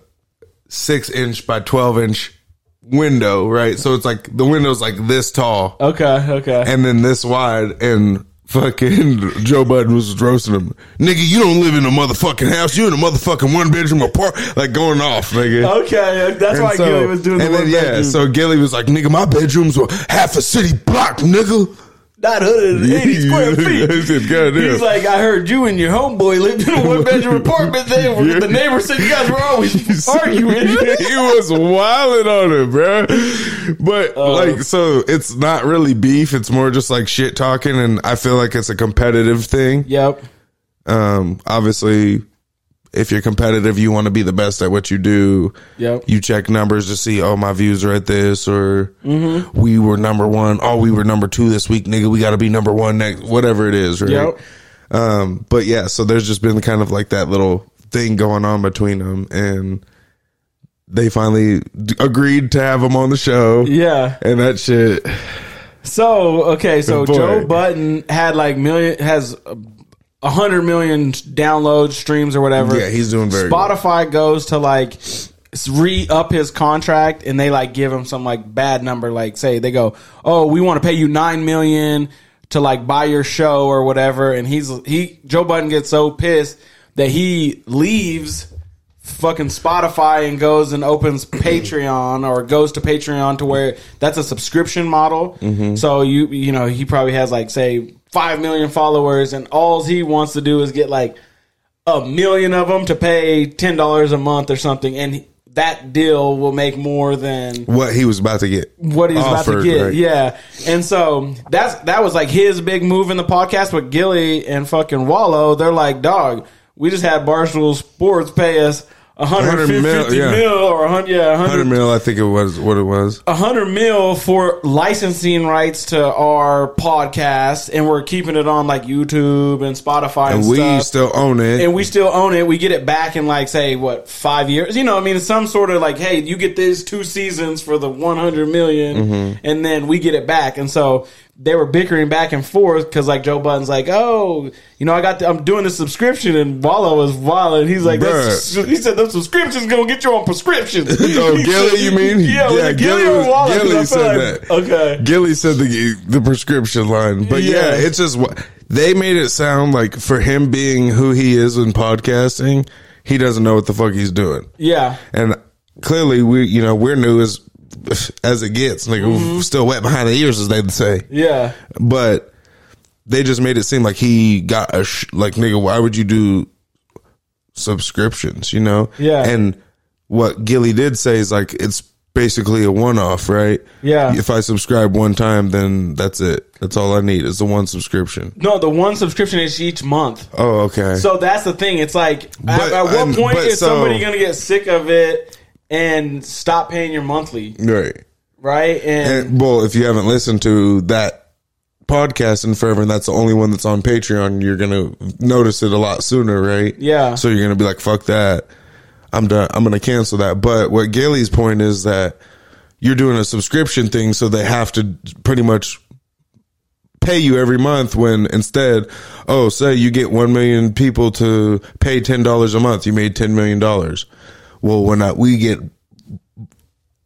six inch by 12 inch window, right? So it's like the window's like this tall
Okay, okay.
and then this wide and fucking Joe Budden was roasting him. Nigga, you don't live in a motherfucking house. You in a motherfucking one bedroom apartment. Like going off, nigga.
okay, that's
And
why
so-
Gilly was doing the
and then,
one
yeah,
bedroom.
so Gilly was like, "Nigga, my bedrooms were half a city block, nigga."
980 square feet.
I said, "God damn."
He's like, I heard you and your homeboy lived in a one bedroom apartment there where the neighbor said you guys were always arguing.
he was wilding on it, bro. But
Uh,
like, so it's not really beef. It's more just like shit talking, and I feel like it's a competitive thing.
yep.
Um, obviously, if you're competitive, you want to be the best at what you do.
Yep.
You check numbers to see, oh, my views are at this, or
Mm-hmm.
we were number one. Oh, we were number two this week, nigga. We got to be number one next, whatever it is, right?
Yep.
Um, but yeah, so there's just been kind of like that little thing going on between them, and they finally d- agreed to have him on the show.
Yeah.
And that shit,
So okay, so
Boy.
Joe Button had like million has uh, a hundred million downloads, streams, or whatever.
Yeah, he's doing very
Spotify goes to like re up his contract, and they like give him some like bad number. Like say they go, oh, we want to pay you nine million to like buy your show or whatever, and he's he Joe Button gets so pissed that he leaves fucking Spotify and goes and opens Patreon or goes to Patreon to where that's a subscription model. So you you know he probably has like say five million followers and all he wants to do is get like a million of them to pay ten dollars a month or something and. That deal will make more than
what he was about to get,
what he's about to
offered,
get.
right?
Yeah. And so that's that was like his big move in the podcast with Gilly and fucking Wallow. They're like, dog, we just had Barstool Sports pay us 150
100
mil,
mil, yeah.
or 100, yeah, 100,
hundred mil. I think it was what it was.
100 mil for licensing rights to our podcast and we're keeping it on like YouTube and Spotify and,
and we
stuff
still own it.
and we still own it. We get it back in like say what five years? You know, I mean, it's some sort of like, hey, you get these two seasons for the one million,
Mm-hmm.
and then we get it back. And so they were bickering back and forth because like Joe Button's like, oh, you know, I got the, I'm doing the subscription, and Wallow was wild, and he's like, that's, he said, those subscriptions gonna get you on prescriptions.
Oh, Gilly, you mean?
Yeah, was it Gilly, or
was-
Wallow? 'Cause I
Gilly
feel
said
like-
that.
Okay.
Gilly said the the prescription line, but yeah,
Yeah.
it's just what they made it sound like for him being who he is in podcasting, he doesn't know what the fuck he's doing,
Yeah.
and clearly we, you know, we're new as as it gets, like we're still wet behind the ears, as they'd say,
Yeah.
but they just made it seem like he got a sh- like nigga why would you do subscriptions you know
Yeah.
and what gilly did say is like it's basically a one-off right
Yeah.
if i subscribe one time then that's it that's all i need is the one subscription
No, the one subscription is each month.
oh okay
So that's the thing. It's like at,
But,
at what
um,
point
but
is
so-
somebody going to get sick of it and stop paying your monthly,
right
right? And,
and, well if you haven't listened to that podcast in forever and that's the only one that's on patreon you're gonna notice it a lot sooner right
Yeah.
so you're gonna be like fuck that i'm done i'm gonna cancel that but what gailey's point is that you're doing a subscription thing so they have to pretty much pay you every month when instead oh say you get 1 million people to pay $10 a month you made $10 million well when I, we get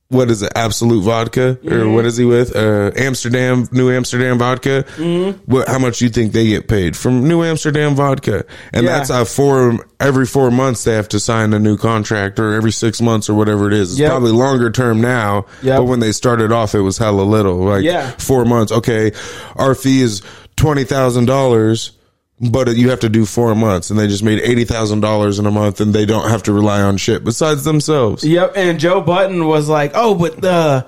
what is it absolute vodka
Mm-hmm.
or what is he with uh amsterdam new amsterdam vodka
Mm-hmm.
what how much you think they get paid from new amsterdam vodka and
Yeah.
that's how four every four months they have to sign a new contract or every six months or whatever it is it's
Yep.
probably longer term now
Yep.
but when they started off it was hella little like
Yeah.
four months okay our fee is twenty thousand dollars but you have to do four months and they just made eighty thousand dollars in a month and they don't have to rely on shit besides themselves
yep. And Joe Button was like, "Oh, but the."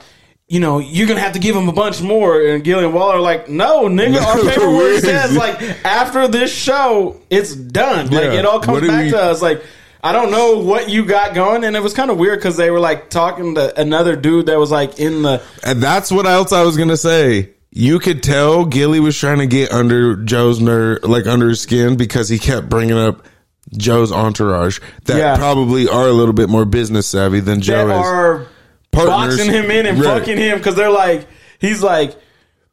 You know, you're gonna have to give him a bunch more. And Gillian Waller like, no, nigga, our paperwork
Where is
says
it?
like after this show, it's done. Like
Yeah.
it all comes
What do
back
we-
to us. Like I don't know what you got going, and it was kind of weird because they were like talking to another dude that was like in the
And that's what else I was gonna say. You could tell Gilly was trying to get under Joe's ner like under his skin, because he kept bringing up Joe's entourage that
Yeah.
probably are a little bit more business savvy than Joe
that
is.
are
Partners.
boxing him in and
Right.
fucking him because they're like he's like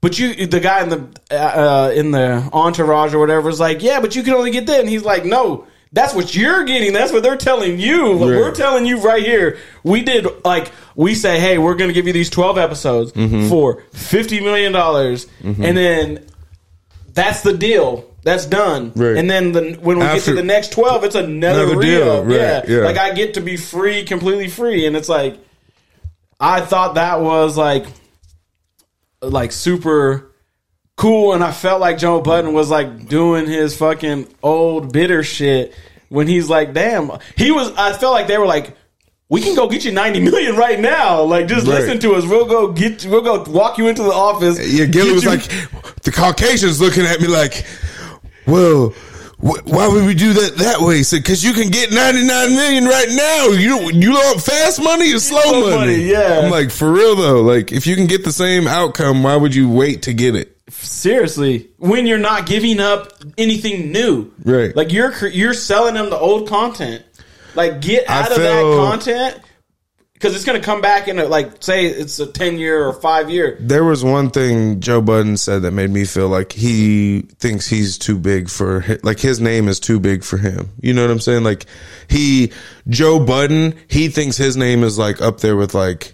but you the guy in the uh, uh, in the entourage or whatever is like yeah but you can only get that and he's like no that's what you're getting that's what they're telling you What
Right.
we're telling you right here we did like we say hey we're gonna give you these 12 episodes
Mm-hmm.
for 50 million dollars and then that's the deal that's done
Right.
and then the, when we get to
After-
the next 12 it's another,
Another
reel.
deal, right,
yeah
yeah.
like I get to be free, completely free, and it's like I thought that was like like super cool, and I felt like Joe Button was like doing his fucking old bitter shit when he's like, "Damn, he was." I felt like they were like. We can go get you ninety million right now. Like, just
Right.
listen to us. We'll go get. We'll go walk you into the office.
Yeah, Gilly
get
was
you-
like, the Caucasians looking at me like, well, wh- why would we do that that way? He said, because you can get 99 million right now. You you want fast money or slow,
Slow
money?
money, yeah.
I'm like, for real though, like, if you can get the same outcome, why would you wait to get it?
seriously when you're not giving up anything new
Right.
like you're cr- you're selling them the old content like get
I
out of that
feel-
content because it's going to come back in a, like say it's a 10 year or 5 year
There was one thing Joe Budden said that made me feel like he thinks he's too big for hi- like his name is too big for him. You know what I'm saying? Like he Joe Budden, he thinks his name is like up there with like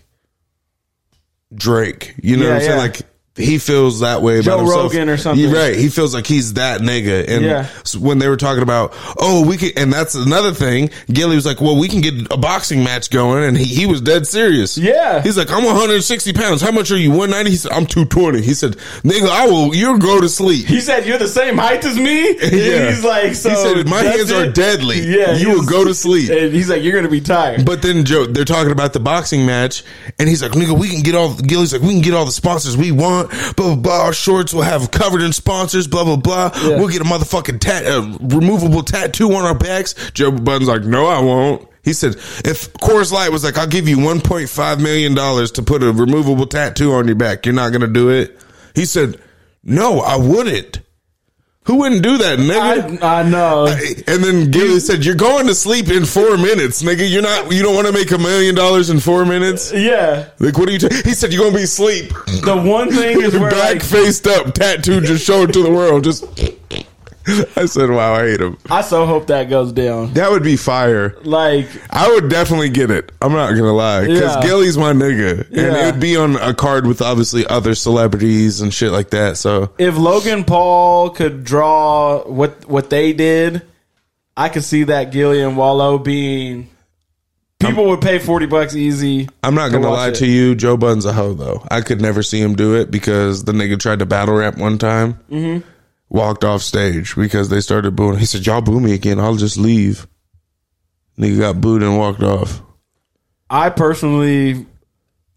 Drake. You know
Yeah,
what I'm saying?
yeah.
Like he feels that way
Joe
about himself.
Rogan or something.
Right. He feels like he's that nigga. And
Yeah.
s- when they were talking about, oh, we can, and that's another thing. Gilly was like, well, we can get a boxing match going, and he, he was dead serious.
Yeah.
He's like, I'm 160 pounds. How much are you? 190. He said, I'm 220. He said, nigga, I will. You'll go to sleep.
he said you're the same height as me And
Yeah.
he's like so
he said, my
that's
hands are
it?
deadly.
yeah
you will
he's-
go to sleep.
and he's like you're going to be tired
But then Joe, they're talking about the boxing match, and he's like, "Nigga, we can get all." Gilly's like, "We can get all the sponsors we want." Blah blah blah. Our shorts will have covered in sponsors. Blah blah blah. We'll get a motherfucking tat, uh, removable tattoo on our backs. Joe Budden's like, "No, I won't." He said, "If Coors Light was like, I'll give you one point five million dollars to put a removable tattoo on your back, you're not gonna do it." He said, "No, I wouldn't." Who wouldn't do that, nigga?
I, I know
And then Gilly said, "You're going to sleep in four minutes, nigga. You're not. You don't want to make a million dollars in four minutes.
yeah
Like, what are you? ta- he said, "You're gonna be asleep,
the one thing is where
back
like
faced up, tattooed, just show it to the world." Just, I said, "Wow, I hate him.
i so hope that goes down
That would be fire.
like
I would definitely get it. I'm not gonna lie, because
Yeah.
Gilly's my nigga, and
Yeah.
it would be on a card with obviously other celebrities and shit like that. So
if Logan Paul could draw what what they did, I could see that Gillian Wallow being people would pay forty bucks easy.
I'm not gonna
watch
lie
it.
to you, Joe Budden's a hoe though. I could never see him do it because the nigga tried to battle rap one time,
Mm-hmm.
walked off stage because they started booing. He said, "Y'all boo me again, I'll just leave." Nigga got booed and walked off.
I personally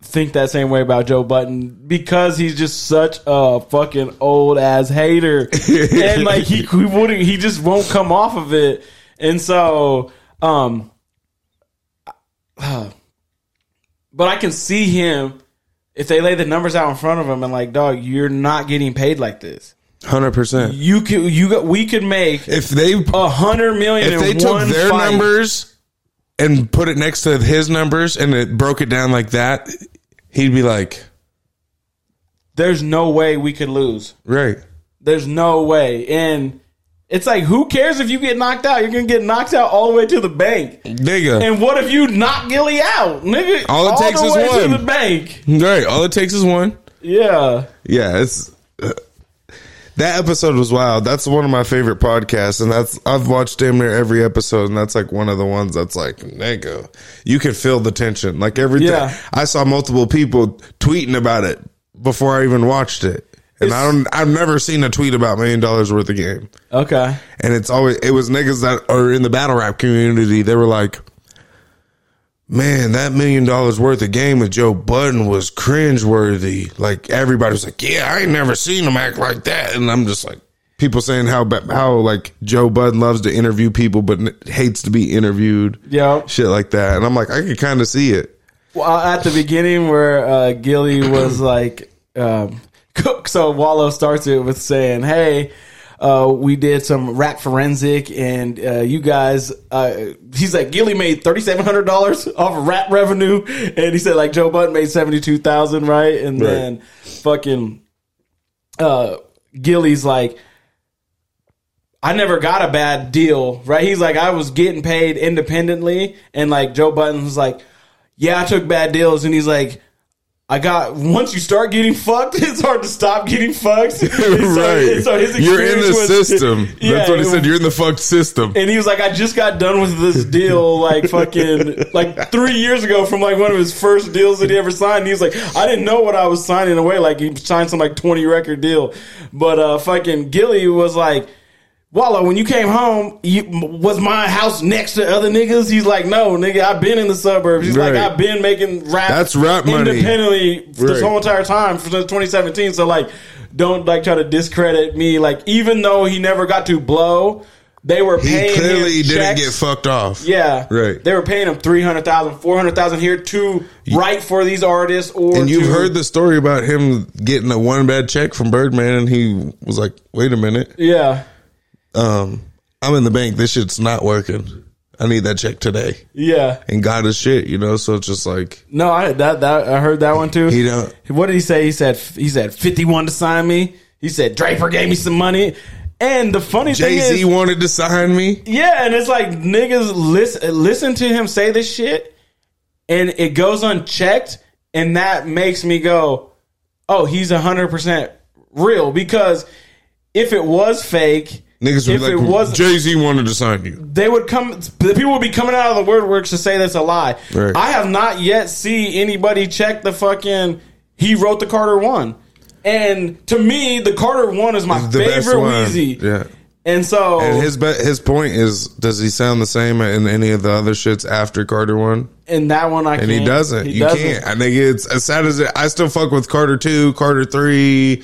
think that same way about Joe Button because he's just such a fucking old ass hater, and like he, he wouldn't he just won't come off of it, and so um, but I can see him if they lay the numbers out in front of him and like dog, you're not getting paid like this.
Hundred percent.
You could you got we could make
If they
a hundred million.
if they
in
took
one
their
fight.
numbers and put it next to his numbers and it broke it down like that, he'd be like,
there's no way we could lose.
"Right,
There's no way. And it's like, who cares if you get knocked out? You're gonna get knocked out all the way to the bank.
nigga."
And what if you knock Gilly out, nigga?
All it takes
the
is
way
one.
to the bank.
right. All it takes is one.
Yeah,
yeah, it's uh, that episode was wild. That's one of my favorite podcasts, and that's I've watched damn near every episode, and that's like one of the ones that's like, nigga, you can feel the tension. Like everything,
Yeah.
I saw multiple people tweeting about it before I even watched it, and I don't, I've never seen a tweet about million dollars worth of game,
okay.
and it's always it was niggas that are in the battle rap community. They were like. Man, that million dollars worth of game with Joe Budden was cringeworthy. Like everybody was like, "Yeah, I ain't never seen him act like that," and I'm just like, people saying how ba- how like Joe Budden loves to interview people but n- hates to be interviewed,
Yeah.
shit like that. And I'm like, I could kind of see it.
Well, at the beginning where uh, Gilly was like, um, cook. So Wallow starts it with saying, "Hey, uh, we did some rap forensic, and uh, you guys." Uh, he's like, "Gilly made thirty seven hundred dollars off of rap revenue," and he said, "Like Joe Budden made seventy two thousand, right?" And
Right.
then fucking uh, Gilly's like. I never got a bad deal, right? He's like, I was getting paid independently, and like Joe Button was like, yeah, I took bad deals. And he's like, I got once you start getting fucked, it's hard to stop getting fucked. right.
right. You're in the system. That's what he said. You're in the fucked system.
and he was like, I just got done with this deal, like fucking, like three years ago from like one of his first deals that he ever signed. And he was like, I didn't know what I was signing away. Like he signed some like twenty record deal, but uh, fucking Gilly was like, Wallow, when you came home, you, was my house next to other niggas? He's like, no, nigga, I've been in the suburbs. He's
Right.
like, I've been making rap.
That's rap money.
independently this
Right.
whole entire time since 2017. So like, don't like try to discredit me. Like, even though he never got to blow, they were paying.
He
him
clearly didn't
checks.
get fucked off.
Yeah,
Right.
They were paying him 300,000, 400,000 here to write for these artists. Or
And you've
to-
heard the story about him getting a one bad check from Birdman, and he was like, "Wait a minute,
yeah,
um, I'm in the bank. This shit's not working. I need that check today."
yeah.
And got his shit, you know. So it's just like
No, I that that I heard that one too.
he don't.
What did he say? He said he said fifty one to sign me. He said Draper gave me some money. And the funny
Jay
thing
Z
is,
wanted to sign me.
yeah, and it's like niggas listen listen to him say this shit, and it goes unchecked, and that makes me go, oh, he's hundred percent real because if it was fake.
Niggas
If it
were like,
wasn't-
Jay Z wanted to sign you.
they would come the people would be coming out of the woodworks to say that's a lie.
Right.
I have not yet see anybody check the fucking he wrote the Carter one. And to me, the Carter one is my
The best
favorite Oh.
one.
Wheezy.
Yeah.
And so
And his be- his point is, does he sound the same in any of the other shits after Carter one?
and that one I
And
can't
he doesn't. you can't. I think it's as sad as it. I still fuck with Carter two, Carter three,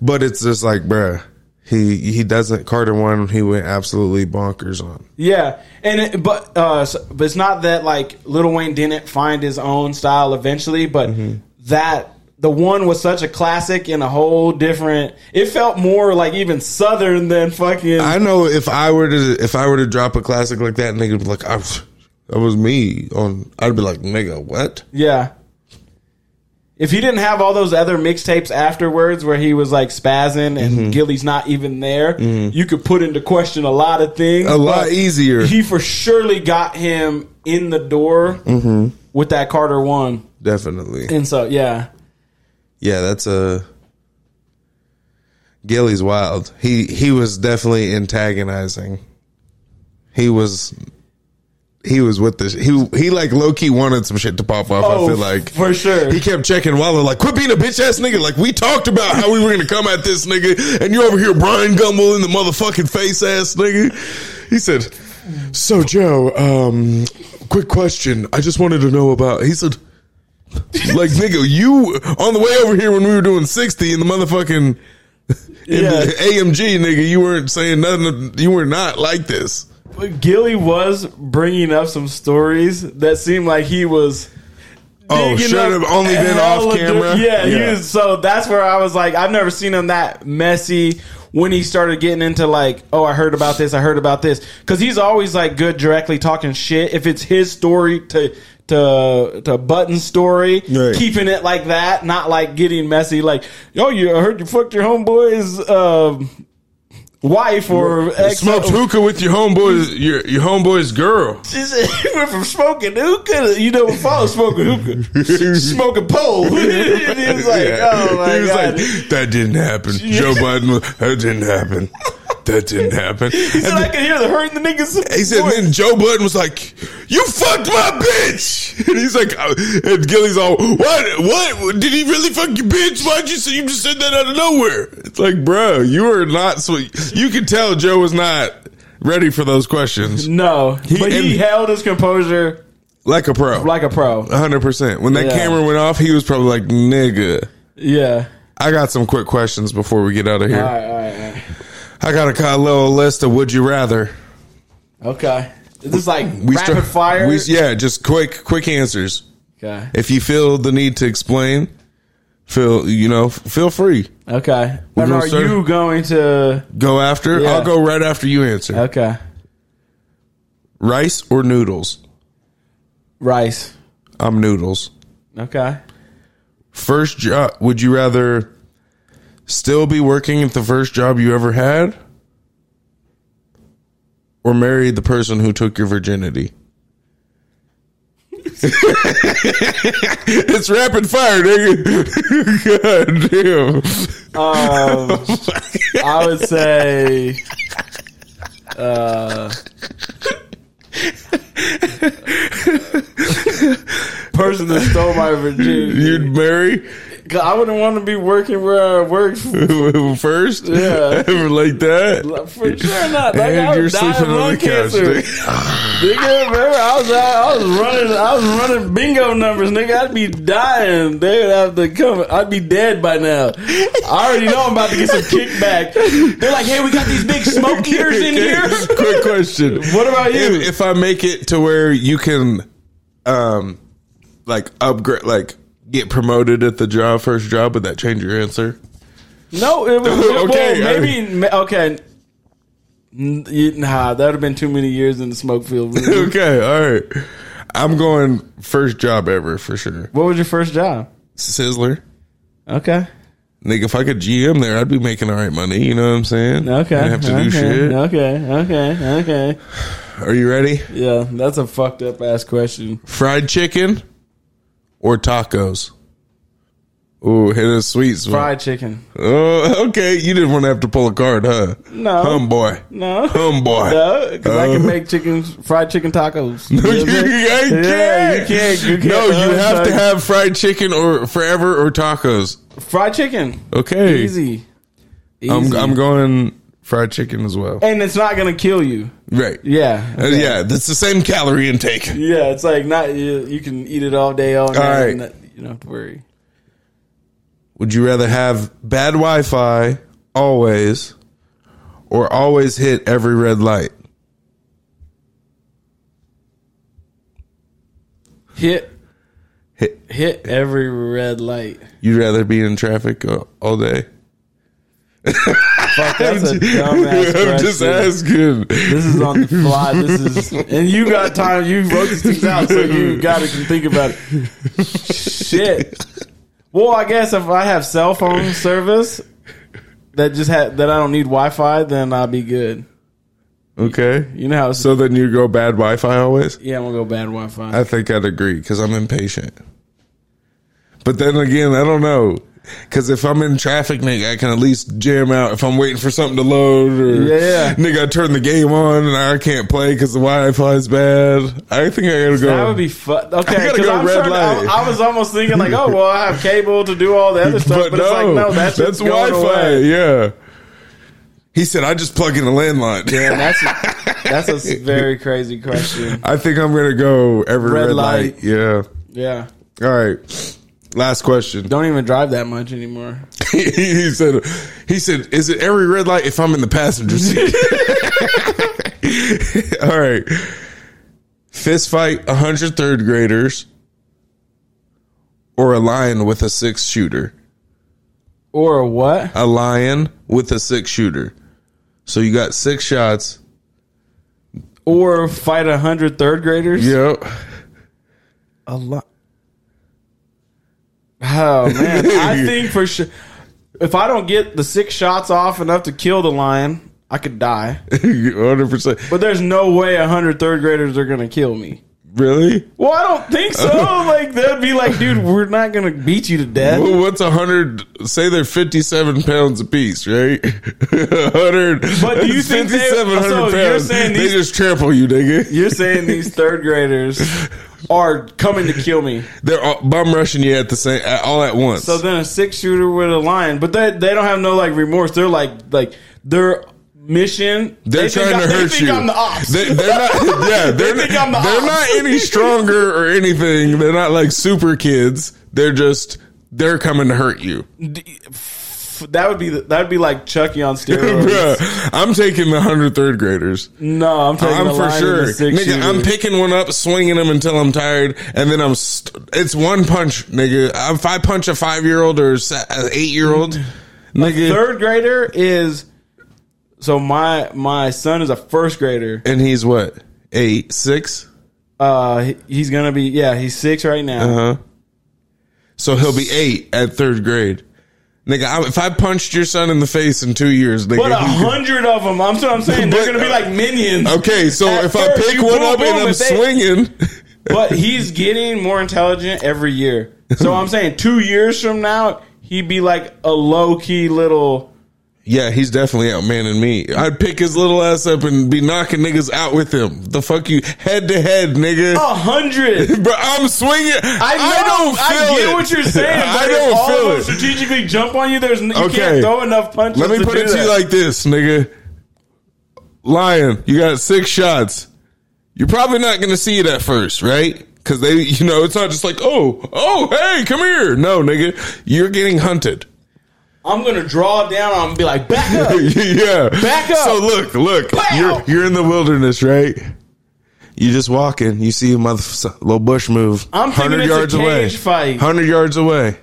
but it's just like, bruh, he he doesn't. Carter one, he went absolutely bonkers on.
Yeah, and it, but uh, s- but it's not that like Lil Wayne didn't find his own style eventually, but
Mm-hmm.
that the one was such a classic and a whole different. It felt more like even southern than fucking.
I know if I were to if I were to drop a classic like that, nigga, would be like I, that was me on. I'd be like, nigga, what?
Yeah. If he didn't have all those other mixtapes afterwards where he was like spazzing and
Mm-hmm.
Gilly's not even there, you could put into question a lot of things.
A lot
but
easier.
He for surely got him in the door
Mm-hmm.
with that Carter one.
Definitely.
And so, yeah.
Yeah, that's a. Gilly's wild. He he was definitely antagonizing. He was. He was with this. He he like low key wanted some shit to pop off. I
Oh,
feel like
for sure.
He kept checking Waller like, quit being a bitch ass nigga. Like we talked about how we were gonna come at this nigga, and you're over here Brian Gumble in the motherfucking face ass nigga. He said, "So Joe, um, quick question. I just wanted to know about." He said, like nigga, you on the way over here when we were doing sixty in the motherfucking in
Yeah.
the AMG, nigga, you weren't saying nothing. You were not like this.
But Gilly was bringing up some stories that seemed like he was.
Oh,
digging
should
up
have only been
hella
off
dirt.
camera.
Yeah, He was, so that's where I was like, I've never seen him that messy when he started getting into like, oh, I heard about this, I heard about this, because he's always like good directly talking shit. If it's his story to to to button story,
Right.
keeping it like that, not like getting messy, like, yo, you I heard you fucked your homeboy's. Um, Wife or ex
smoked hookah with your homeboy's your your homeboy's girl.
you went from smoking hookah, you know, follow smoking hookah, smoking pole. he was like,
Yeah.
oh my
he was
god.
like, that didn't happen. Joe Biden, was- that didn't happen. That didn't happen.
he said,
And
I could hear the hurt in the niggas.
He said, then Joe Budden was like, "You fucked my bitch," and he's like, uh, and Gilly's all, "What? What? Did he really fuck your bitch? Why'd you say you just said that out of nowhere?" It's like, bruh, you are not sweet. You could tell Joe was not ready for those questions,
no, but he
and-
held his composure
like a pro, like
like a pro.
hundred percent. When that
Yeah.
camera went off, he was probably like, "Nigga."
Yeah.
I got some quick questions before we get out of here.
All right, all right, all right.
I got a kind of little list of would you rather.
Okay. Is this like
We
rapid
start-
fire?
we- yeah, just quick, quick answers.
Okay.
If you feel the need to explain, feel you know, feel free.
Okay.
We're
And
gonna
are
start-
you going to?
Go after.
Yeah. Uh,
I'll go right after you answer.
Okay.
Rice or noodles?
Rice.
I'm noodles.
Okay.
First job. Would you rather still be working at the first job you ever had, or marry the person who took your virginity? it's rapid fire, nigga. God damn.
Um, I would say. Uh, person that stole my virginity.
You'd marry
'Cause I wouldn't want to be working where I work for,
first?
Yeah.
Ever like that?
for sure not. Like,
And
I
you're
was dying of
sleeping on the
lung
couch,
cancer.
nigga.
Nigga, remember, I was out, I was running, I was running bingo numbers, nigga. I'd be dying. They would have to come. I'd be dead by now. I already know I'm about to get some kickback. They're like, hey, we got these big smoke eaters in here.
Quick question.
What about you?
If, if I make it to where you can, um, like upgrade, like get promoted at the job, first job, would that change your answer?
No, it was
Okay,
well, maybe ma- okay. N- you- Nah, that would have been too many years in the smoke field. what
okay, all right. I'm going first job ever for sure.
was your first job?
Sizzler.
Okay,
Nigga, if I could GM there, I'd be making all right money. You know what I'm saying?
okay,
I didn't have to
okay,
do shit.
okay, okay, okay.
Are you ready?
Yeah, that's a fucked up ass question.
Fried chicken or tacos? Ooh, hit a sweet spot.
Fried chicken.
Oh, okay. You didn't want to have to pull a card, huh?
No.
Hum boy.
No.
Hum boy.
No, because I
Uh.
can make chicken, fried chicken tacos.
No, you, I can't.
Yeah, you can't. You can't.
No, you
Uh,
have to
so-
have fried chicken or forever or tacos.
fried chicken.
Okay.
Easy. Easy.
I'm I'm going fried chicken as well.
and it's not gonna kill you.
Right.
Yeah.
Uh, yeah, that's the same calorie intake.
Yeah, it's like not you, you can eat it all day, all night.
right.
and not- you don't have to worry.
Would you rather have bad Wi-Fi always or always hit every red light?
Hit
Hit,
hit every red light.
you'd rather be in traffic uh, all day?
Fuck, that's a dumbass question.
I'm just asking.
This is on the fly. This is, and you got time. You wrote these things out, so you got to think about it. Shit. Well, I guess if I have cell phone service that just had that I don't need Wi-Fi, then I'll be good.
Okay.
You know how? It's,
So then you go bad Wi-Fi always?
yeah, I'm gonna go bad Wi-Fi.
I think I'd agree because I'm impatient. But then again, I don't know. Cause if I'm in traffic, nigga, I can at least jam out. If I'm waiting for something to load, or
Yeah.
nigga, I turn the game on and I can't play because the Wi-Fi is bad. I think I gotta go.
That would be fun. Okay,
gotta
because
go
I'm
red
trying to-
light.
I, I was almost thinking like, oh well, I have cable to do all the other stuff, but, it's like no, that's that's Wi-Fi.
Yeah. He said, "I just plug in a landline."
Man, that's that's a very crazy question.
I think I'm gonna go every
Red
red, light.
light.
Yeah.
Yeah,
All right. Last question.
don't even drive that much anymore.
he said, "He said, is it every red light if I'm in the passenger seat?" All right. Fist fight 100 third graders or a lion with a six shooter.
Or a what?
A lion with a six shooter. So you got six shots.
Or fight a hundred third graders?
Yep.
A lot. Oh man, I think for sure. If I don't get the six shots off enough to kill the lion, I could die.
100%.
But there's no way a hundred third graders are gonna kill me.
Really?
Well, I don't think so. like they'd be like, dude, we're not gonna beat you to death.
Well, what's a 100? Say they're 57 pounds apiece, right? 100.
But do you
that's
think they-
5,700
so you're saying
they
these-
just trample you, nigga.
You're saying these third graders are coming to kill me.
They're all, bum rushing you at the same at, all at once.
So then a six shooter with a lion, but they they don't have no like remorse. They're like like their mission. they
they're trying
think I-
to hurt
they think
you.
I'm the ops.
They, they're not. Yeah, they're
think
not.
I'm the
they're
ops.
not any stronger or anything. They're not like super kids. They're just. They're coming to hurt you,
D- f- that would be the, that would be like Chucky on steroids.
Bruh, I'm taking the hundred third graders.
no, I'm taking
I'm
the
for
lion
sure,
and the six
nigga. I'm
shooter.
picking one up, swinging them until I'm tired, and then I'm. St- it's one punch, nigga. If I punch a five year old or an eight year old, nigga,
third grader is so my my son is a first grader.
and he's what eight six.
Uh, he- he's gonna be yeah, he's six right now.
Uh huh. So he'll be eight at third grade. Nigga, I, if I punched your son in the face in two years, nigga.
But a
he-
hundred of them, I'm so I'm saying they're
But-
gonna be like minions.
Okay, so
At
if I
first,
pick
you
one
boom,
up
boom,
and I'm
if they-
swinging,
But he's getting more intelligent every year. So I'm saying two years from now, he'd be like a low key little.
Yeah, he's definitely outmanning me. I'd pick his little ass up and be knocking niggas out with him. The fuck you head to head, nigga.
A hundred.
Bro, I'm swinging. I, don't
Oh.
feel
I get
it.
what you're saying. But
I don't
all
feel
of
it.
them strategically jump on you. There's n- you
Okay.
can't throw enough punches.
Let me put
do
it to you
that.
like this, nigga. Lion, you got six shots. You're probably not going to see it at first, right? Because they, you know, it's not just like, oh, oh, hey, come here. No, nigga, you're getting hunted.
I'm gonna draw down on him and be like, back up.
yeah.
Back up.
So look, look,
Pow.
you're you're in the wilderness, right? You just walking. You see a mother little bush move.
I'm thinking it's a cage fight.
Hundred yards away.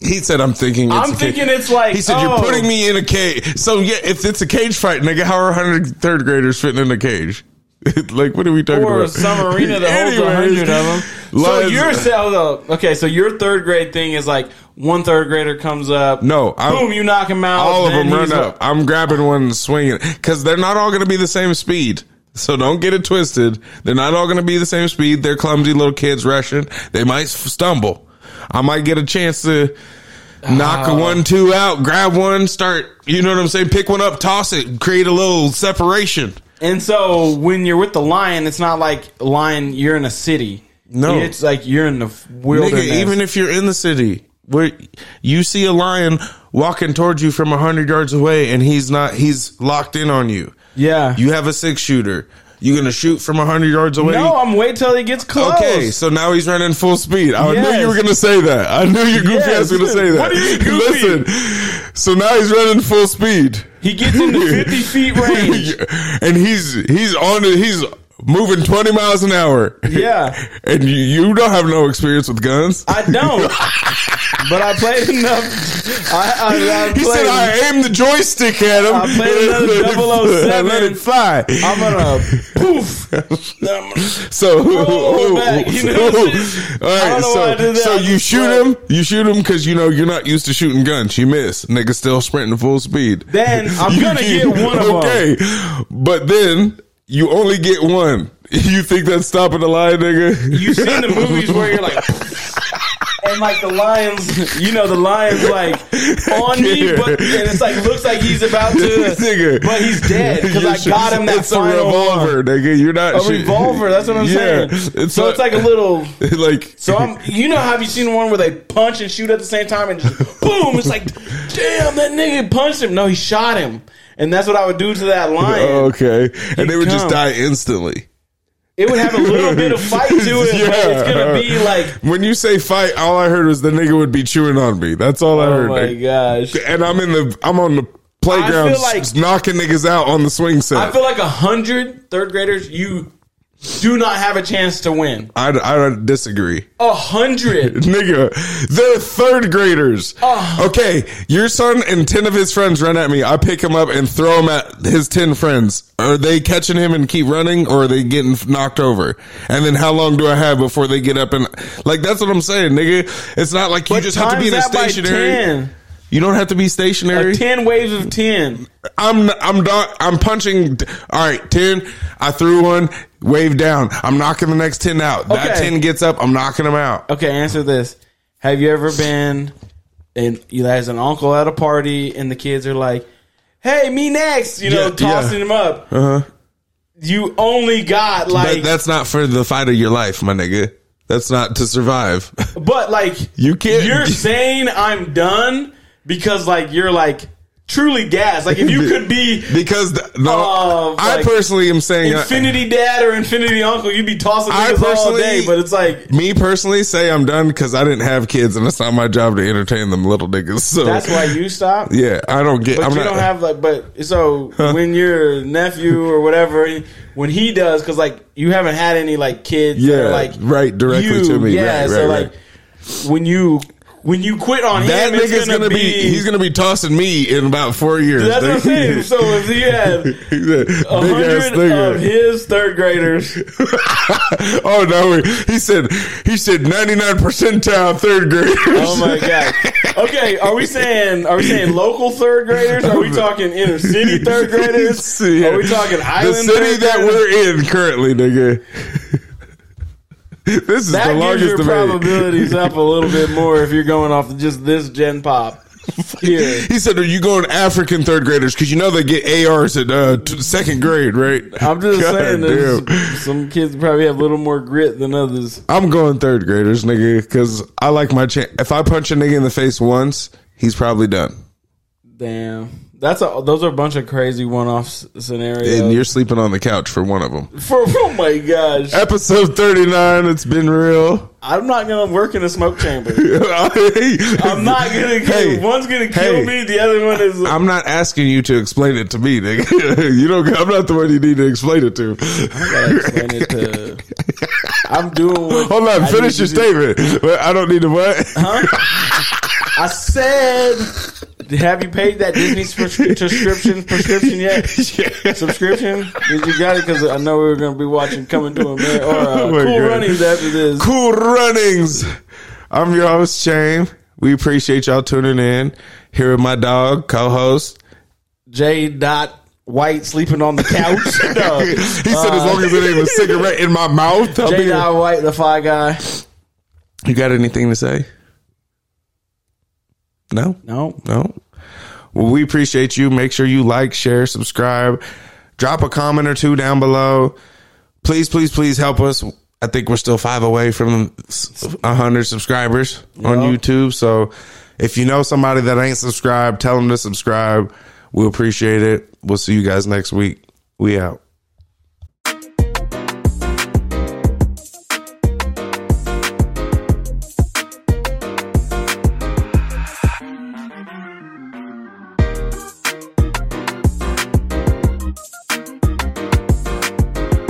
He said, "I'm thinking." It's
I'm
a
thinking
cage.
it's like.
He said,
oh,
"You're putting me in a cage." So yeah, if it's a cage fight, nigga, how are hundred third graders fitting in a cage? like, what are we talking
Or
about?
a submarina that holds a
Anyways,
hundred of them. So
Lions-
your cell though, okay. So your third grade thing is like one third grader comes up.
No, I'm-
boom, you knock him out.
all of
then
them run
he's-
up. I'm grabbing one and swinging because they're not all going to be the same speed. So don't get it twisted. They're not all going to be the same speed. They're clumsy little kids rushing. They might f- stumble. I might get a chance to knock a one two out, grab one, start. You know what I'm saying? Pick one up, toss it, create a little separation.
And so when you're with the lion, it's not like lion. You're in a city.
No.
it's like you're in the f- wilderness.
Nigga, even if you're in the city where you see a lion walking towards you from a hundred yards away, and he's not, he's locked in on you.
yeah,
You have a six shooter. You gonna shoot from hundred yards away?
no, I'm wait till he gets close.
Okay, so now he's running full speed. I knew you were
Yes.
gonna say that. I knew your goofy
Yes.
ass was gonna say that.
What are you, goofy?
Listen, so now he's running full speed,
He gets in the 50 feet range.
and he's he's on it. He's moving twenty miles an hour.
Yeah.
and you, you don't have no experience with guns.
I don't. But I played enough. I, I, I
he said,
played.
"I aim the joystick at him.
I played another
Let
007.
it- Let it fly."
I'm gonna poof.
So,
Roll back, you know what I'm saying?
all
I
right,
don't know why I
so,
did that.
so you shoot
Right.
him, you shoot him because you know you're not used to shooting guns. You miss, nigga, still sprinting full speed.
Then I'm
You
gonna get one of them.
okay, but then you only get one. You think that's stopping the line, nigga?
You've seen the movies where you're like, and like the lions, you know, the lions like on me, but and it's like looks like he's about to,
Nigga.
but he's dead because
You
I
shoot-
got him that
It's a
final
revolver, nigga. You're not
one. A
shooting-
revolver. That's what I'm
Yeah,
saying. so it's like a little.
like
So I'm, you know, have you seen one where they punch and shoot at the same time and just boom? It's like, damn, that nigga punched him. No, he shot him, and that's what I would do to that lion.
okay, and they would just
come.
die instantly.
It would have a little bit of fight to it, but it's gonna be like,
When you say fight, all I heard was the nigga would be chewing on me. That's all I
oh
heard.
my gosh.
And I'm in the I'm on the playground
I feel like-
s- knocking niggas out on the swing set.
I feel like a hundred third graders, you do not have a chance to win.
I, I don't disagree.
A hundred.
Nigga, they're third graders.
Oh.
Okay, your son and 10 of his friends run at me. I pick him up and throw him at his 10 friends. Are they catching him and keep running or are they getting knocked over? And then how long do I have before they get up and like that's what I'm saying, nigga. It's not like you just have to be in a
Times that by
stationary.
10.
You don't have to be
Like
stationary.
ten waves of ten.
I'm I'm do- I'm punching. All right, ten. I threw one. Wave down. I'm knocking the next ten out. That
Okay.
ten gets up. I'm knocking them out.
Okay, answer this. Have you ever been and you as an uncle at a party and the kids are like, Hey, me next, you know,
Yeah,
tossing
yeah.
them up. Uh-huh. You only got like
But that's not for the fight of your life, my nigga. That's not to survive.
But like
You can't-
You're saying I'm done because like you're like truly gas. Like if you could be
Because the, no,
Oh,
I
like,
personally am saying uh,
infinity dad or infinity uncle, you'd be tossing
I
niggas all
personally-
day. But it's like
me personally say I'm done because I didn't have kids and it's not my job to entertain them little niggas. So
that's why you stop.
yeah, I don't get.
But
I'm
you
not,
don't have like, but so when your nephew or whatever, when he does, because like you haven't had any like kids, that are,
Yeah,
like
right, directly
you,
to me.
yeah.
Right,
so
right,
like when you when you quit on him,
that
it's
nigga's
gonna,
gonna be, he's gonna be tossing me in about four years.
that's what I'm saying. So if he had
He's a big
A
ass
hundred
nigga.
of his third graders.
oh no! wait. He said he said ninety nine percentile third graders.
Oh my god. Okay, are we saying are we saying local third graders? Are we talking inner city third graders?
Yeah.
Are we talking
the
island?
city
third
that
graders?
we're in currently, nigga? This is the
That gives
longest
your
debate.
probabilities up a little bit more if you're going off just this gen pop. Here.
He said, "Are you going African third graders? Because you know they get ARs in uh, t- second grade, right?"
I'm just
God
saying,
damn.
there's some kids probably have a little more grit than others.
I'm going third graders, nigga, because I like my chance. If I punch a nigga in the face once, he's probably done.
Damn, that's a those are a bunch of crazy one-off s- scenarios.
And you're sleeping on the couch for one of them.
For, oh my gosh,
Episode 39. It's been real.
I'm not gonna work in a smoke chamber. I'm
I'm
not gonna. Kill,
Hey,
one's gonna kill
hey.
me. The other one is.
I'm not asking you to explain it to me, nigga. You don't. I'm not the one you need to explain it to.
gotta explain it to- I'm doing. What
Hold on,
I
finish your
need to do.
statement. But I don't need to what?
I said, have you paid that Disney subscri- subscription prescription yet?
Yeah.
Subscription? Did you got it? Because I know we were gonna be watching Coming to America or uh,
Oh my
Cool
God.
Runnings after this.
Cool runnings. I'm your host, Shane. We appreciate y'all tuning in. Here with my dog, co-host.
J. Dot White sleeping on the couch. No.
he said, as long as it ain't a cigarette in my mouth, I'll
J.
be
Dot White, the fly guy.
You got anything to say? No?
No,
No? Well, we appreciate you. Make sure you like, share, subscribe, drop a comment or two down below. Please, please, please help us. I think we're still five away from a 100 subscribers on
Yeah.
YouTube. So if you know somebody that ain't subscribed, tell them to subscribe. We appreciate it. We'll see you guys next week. We out.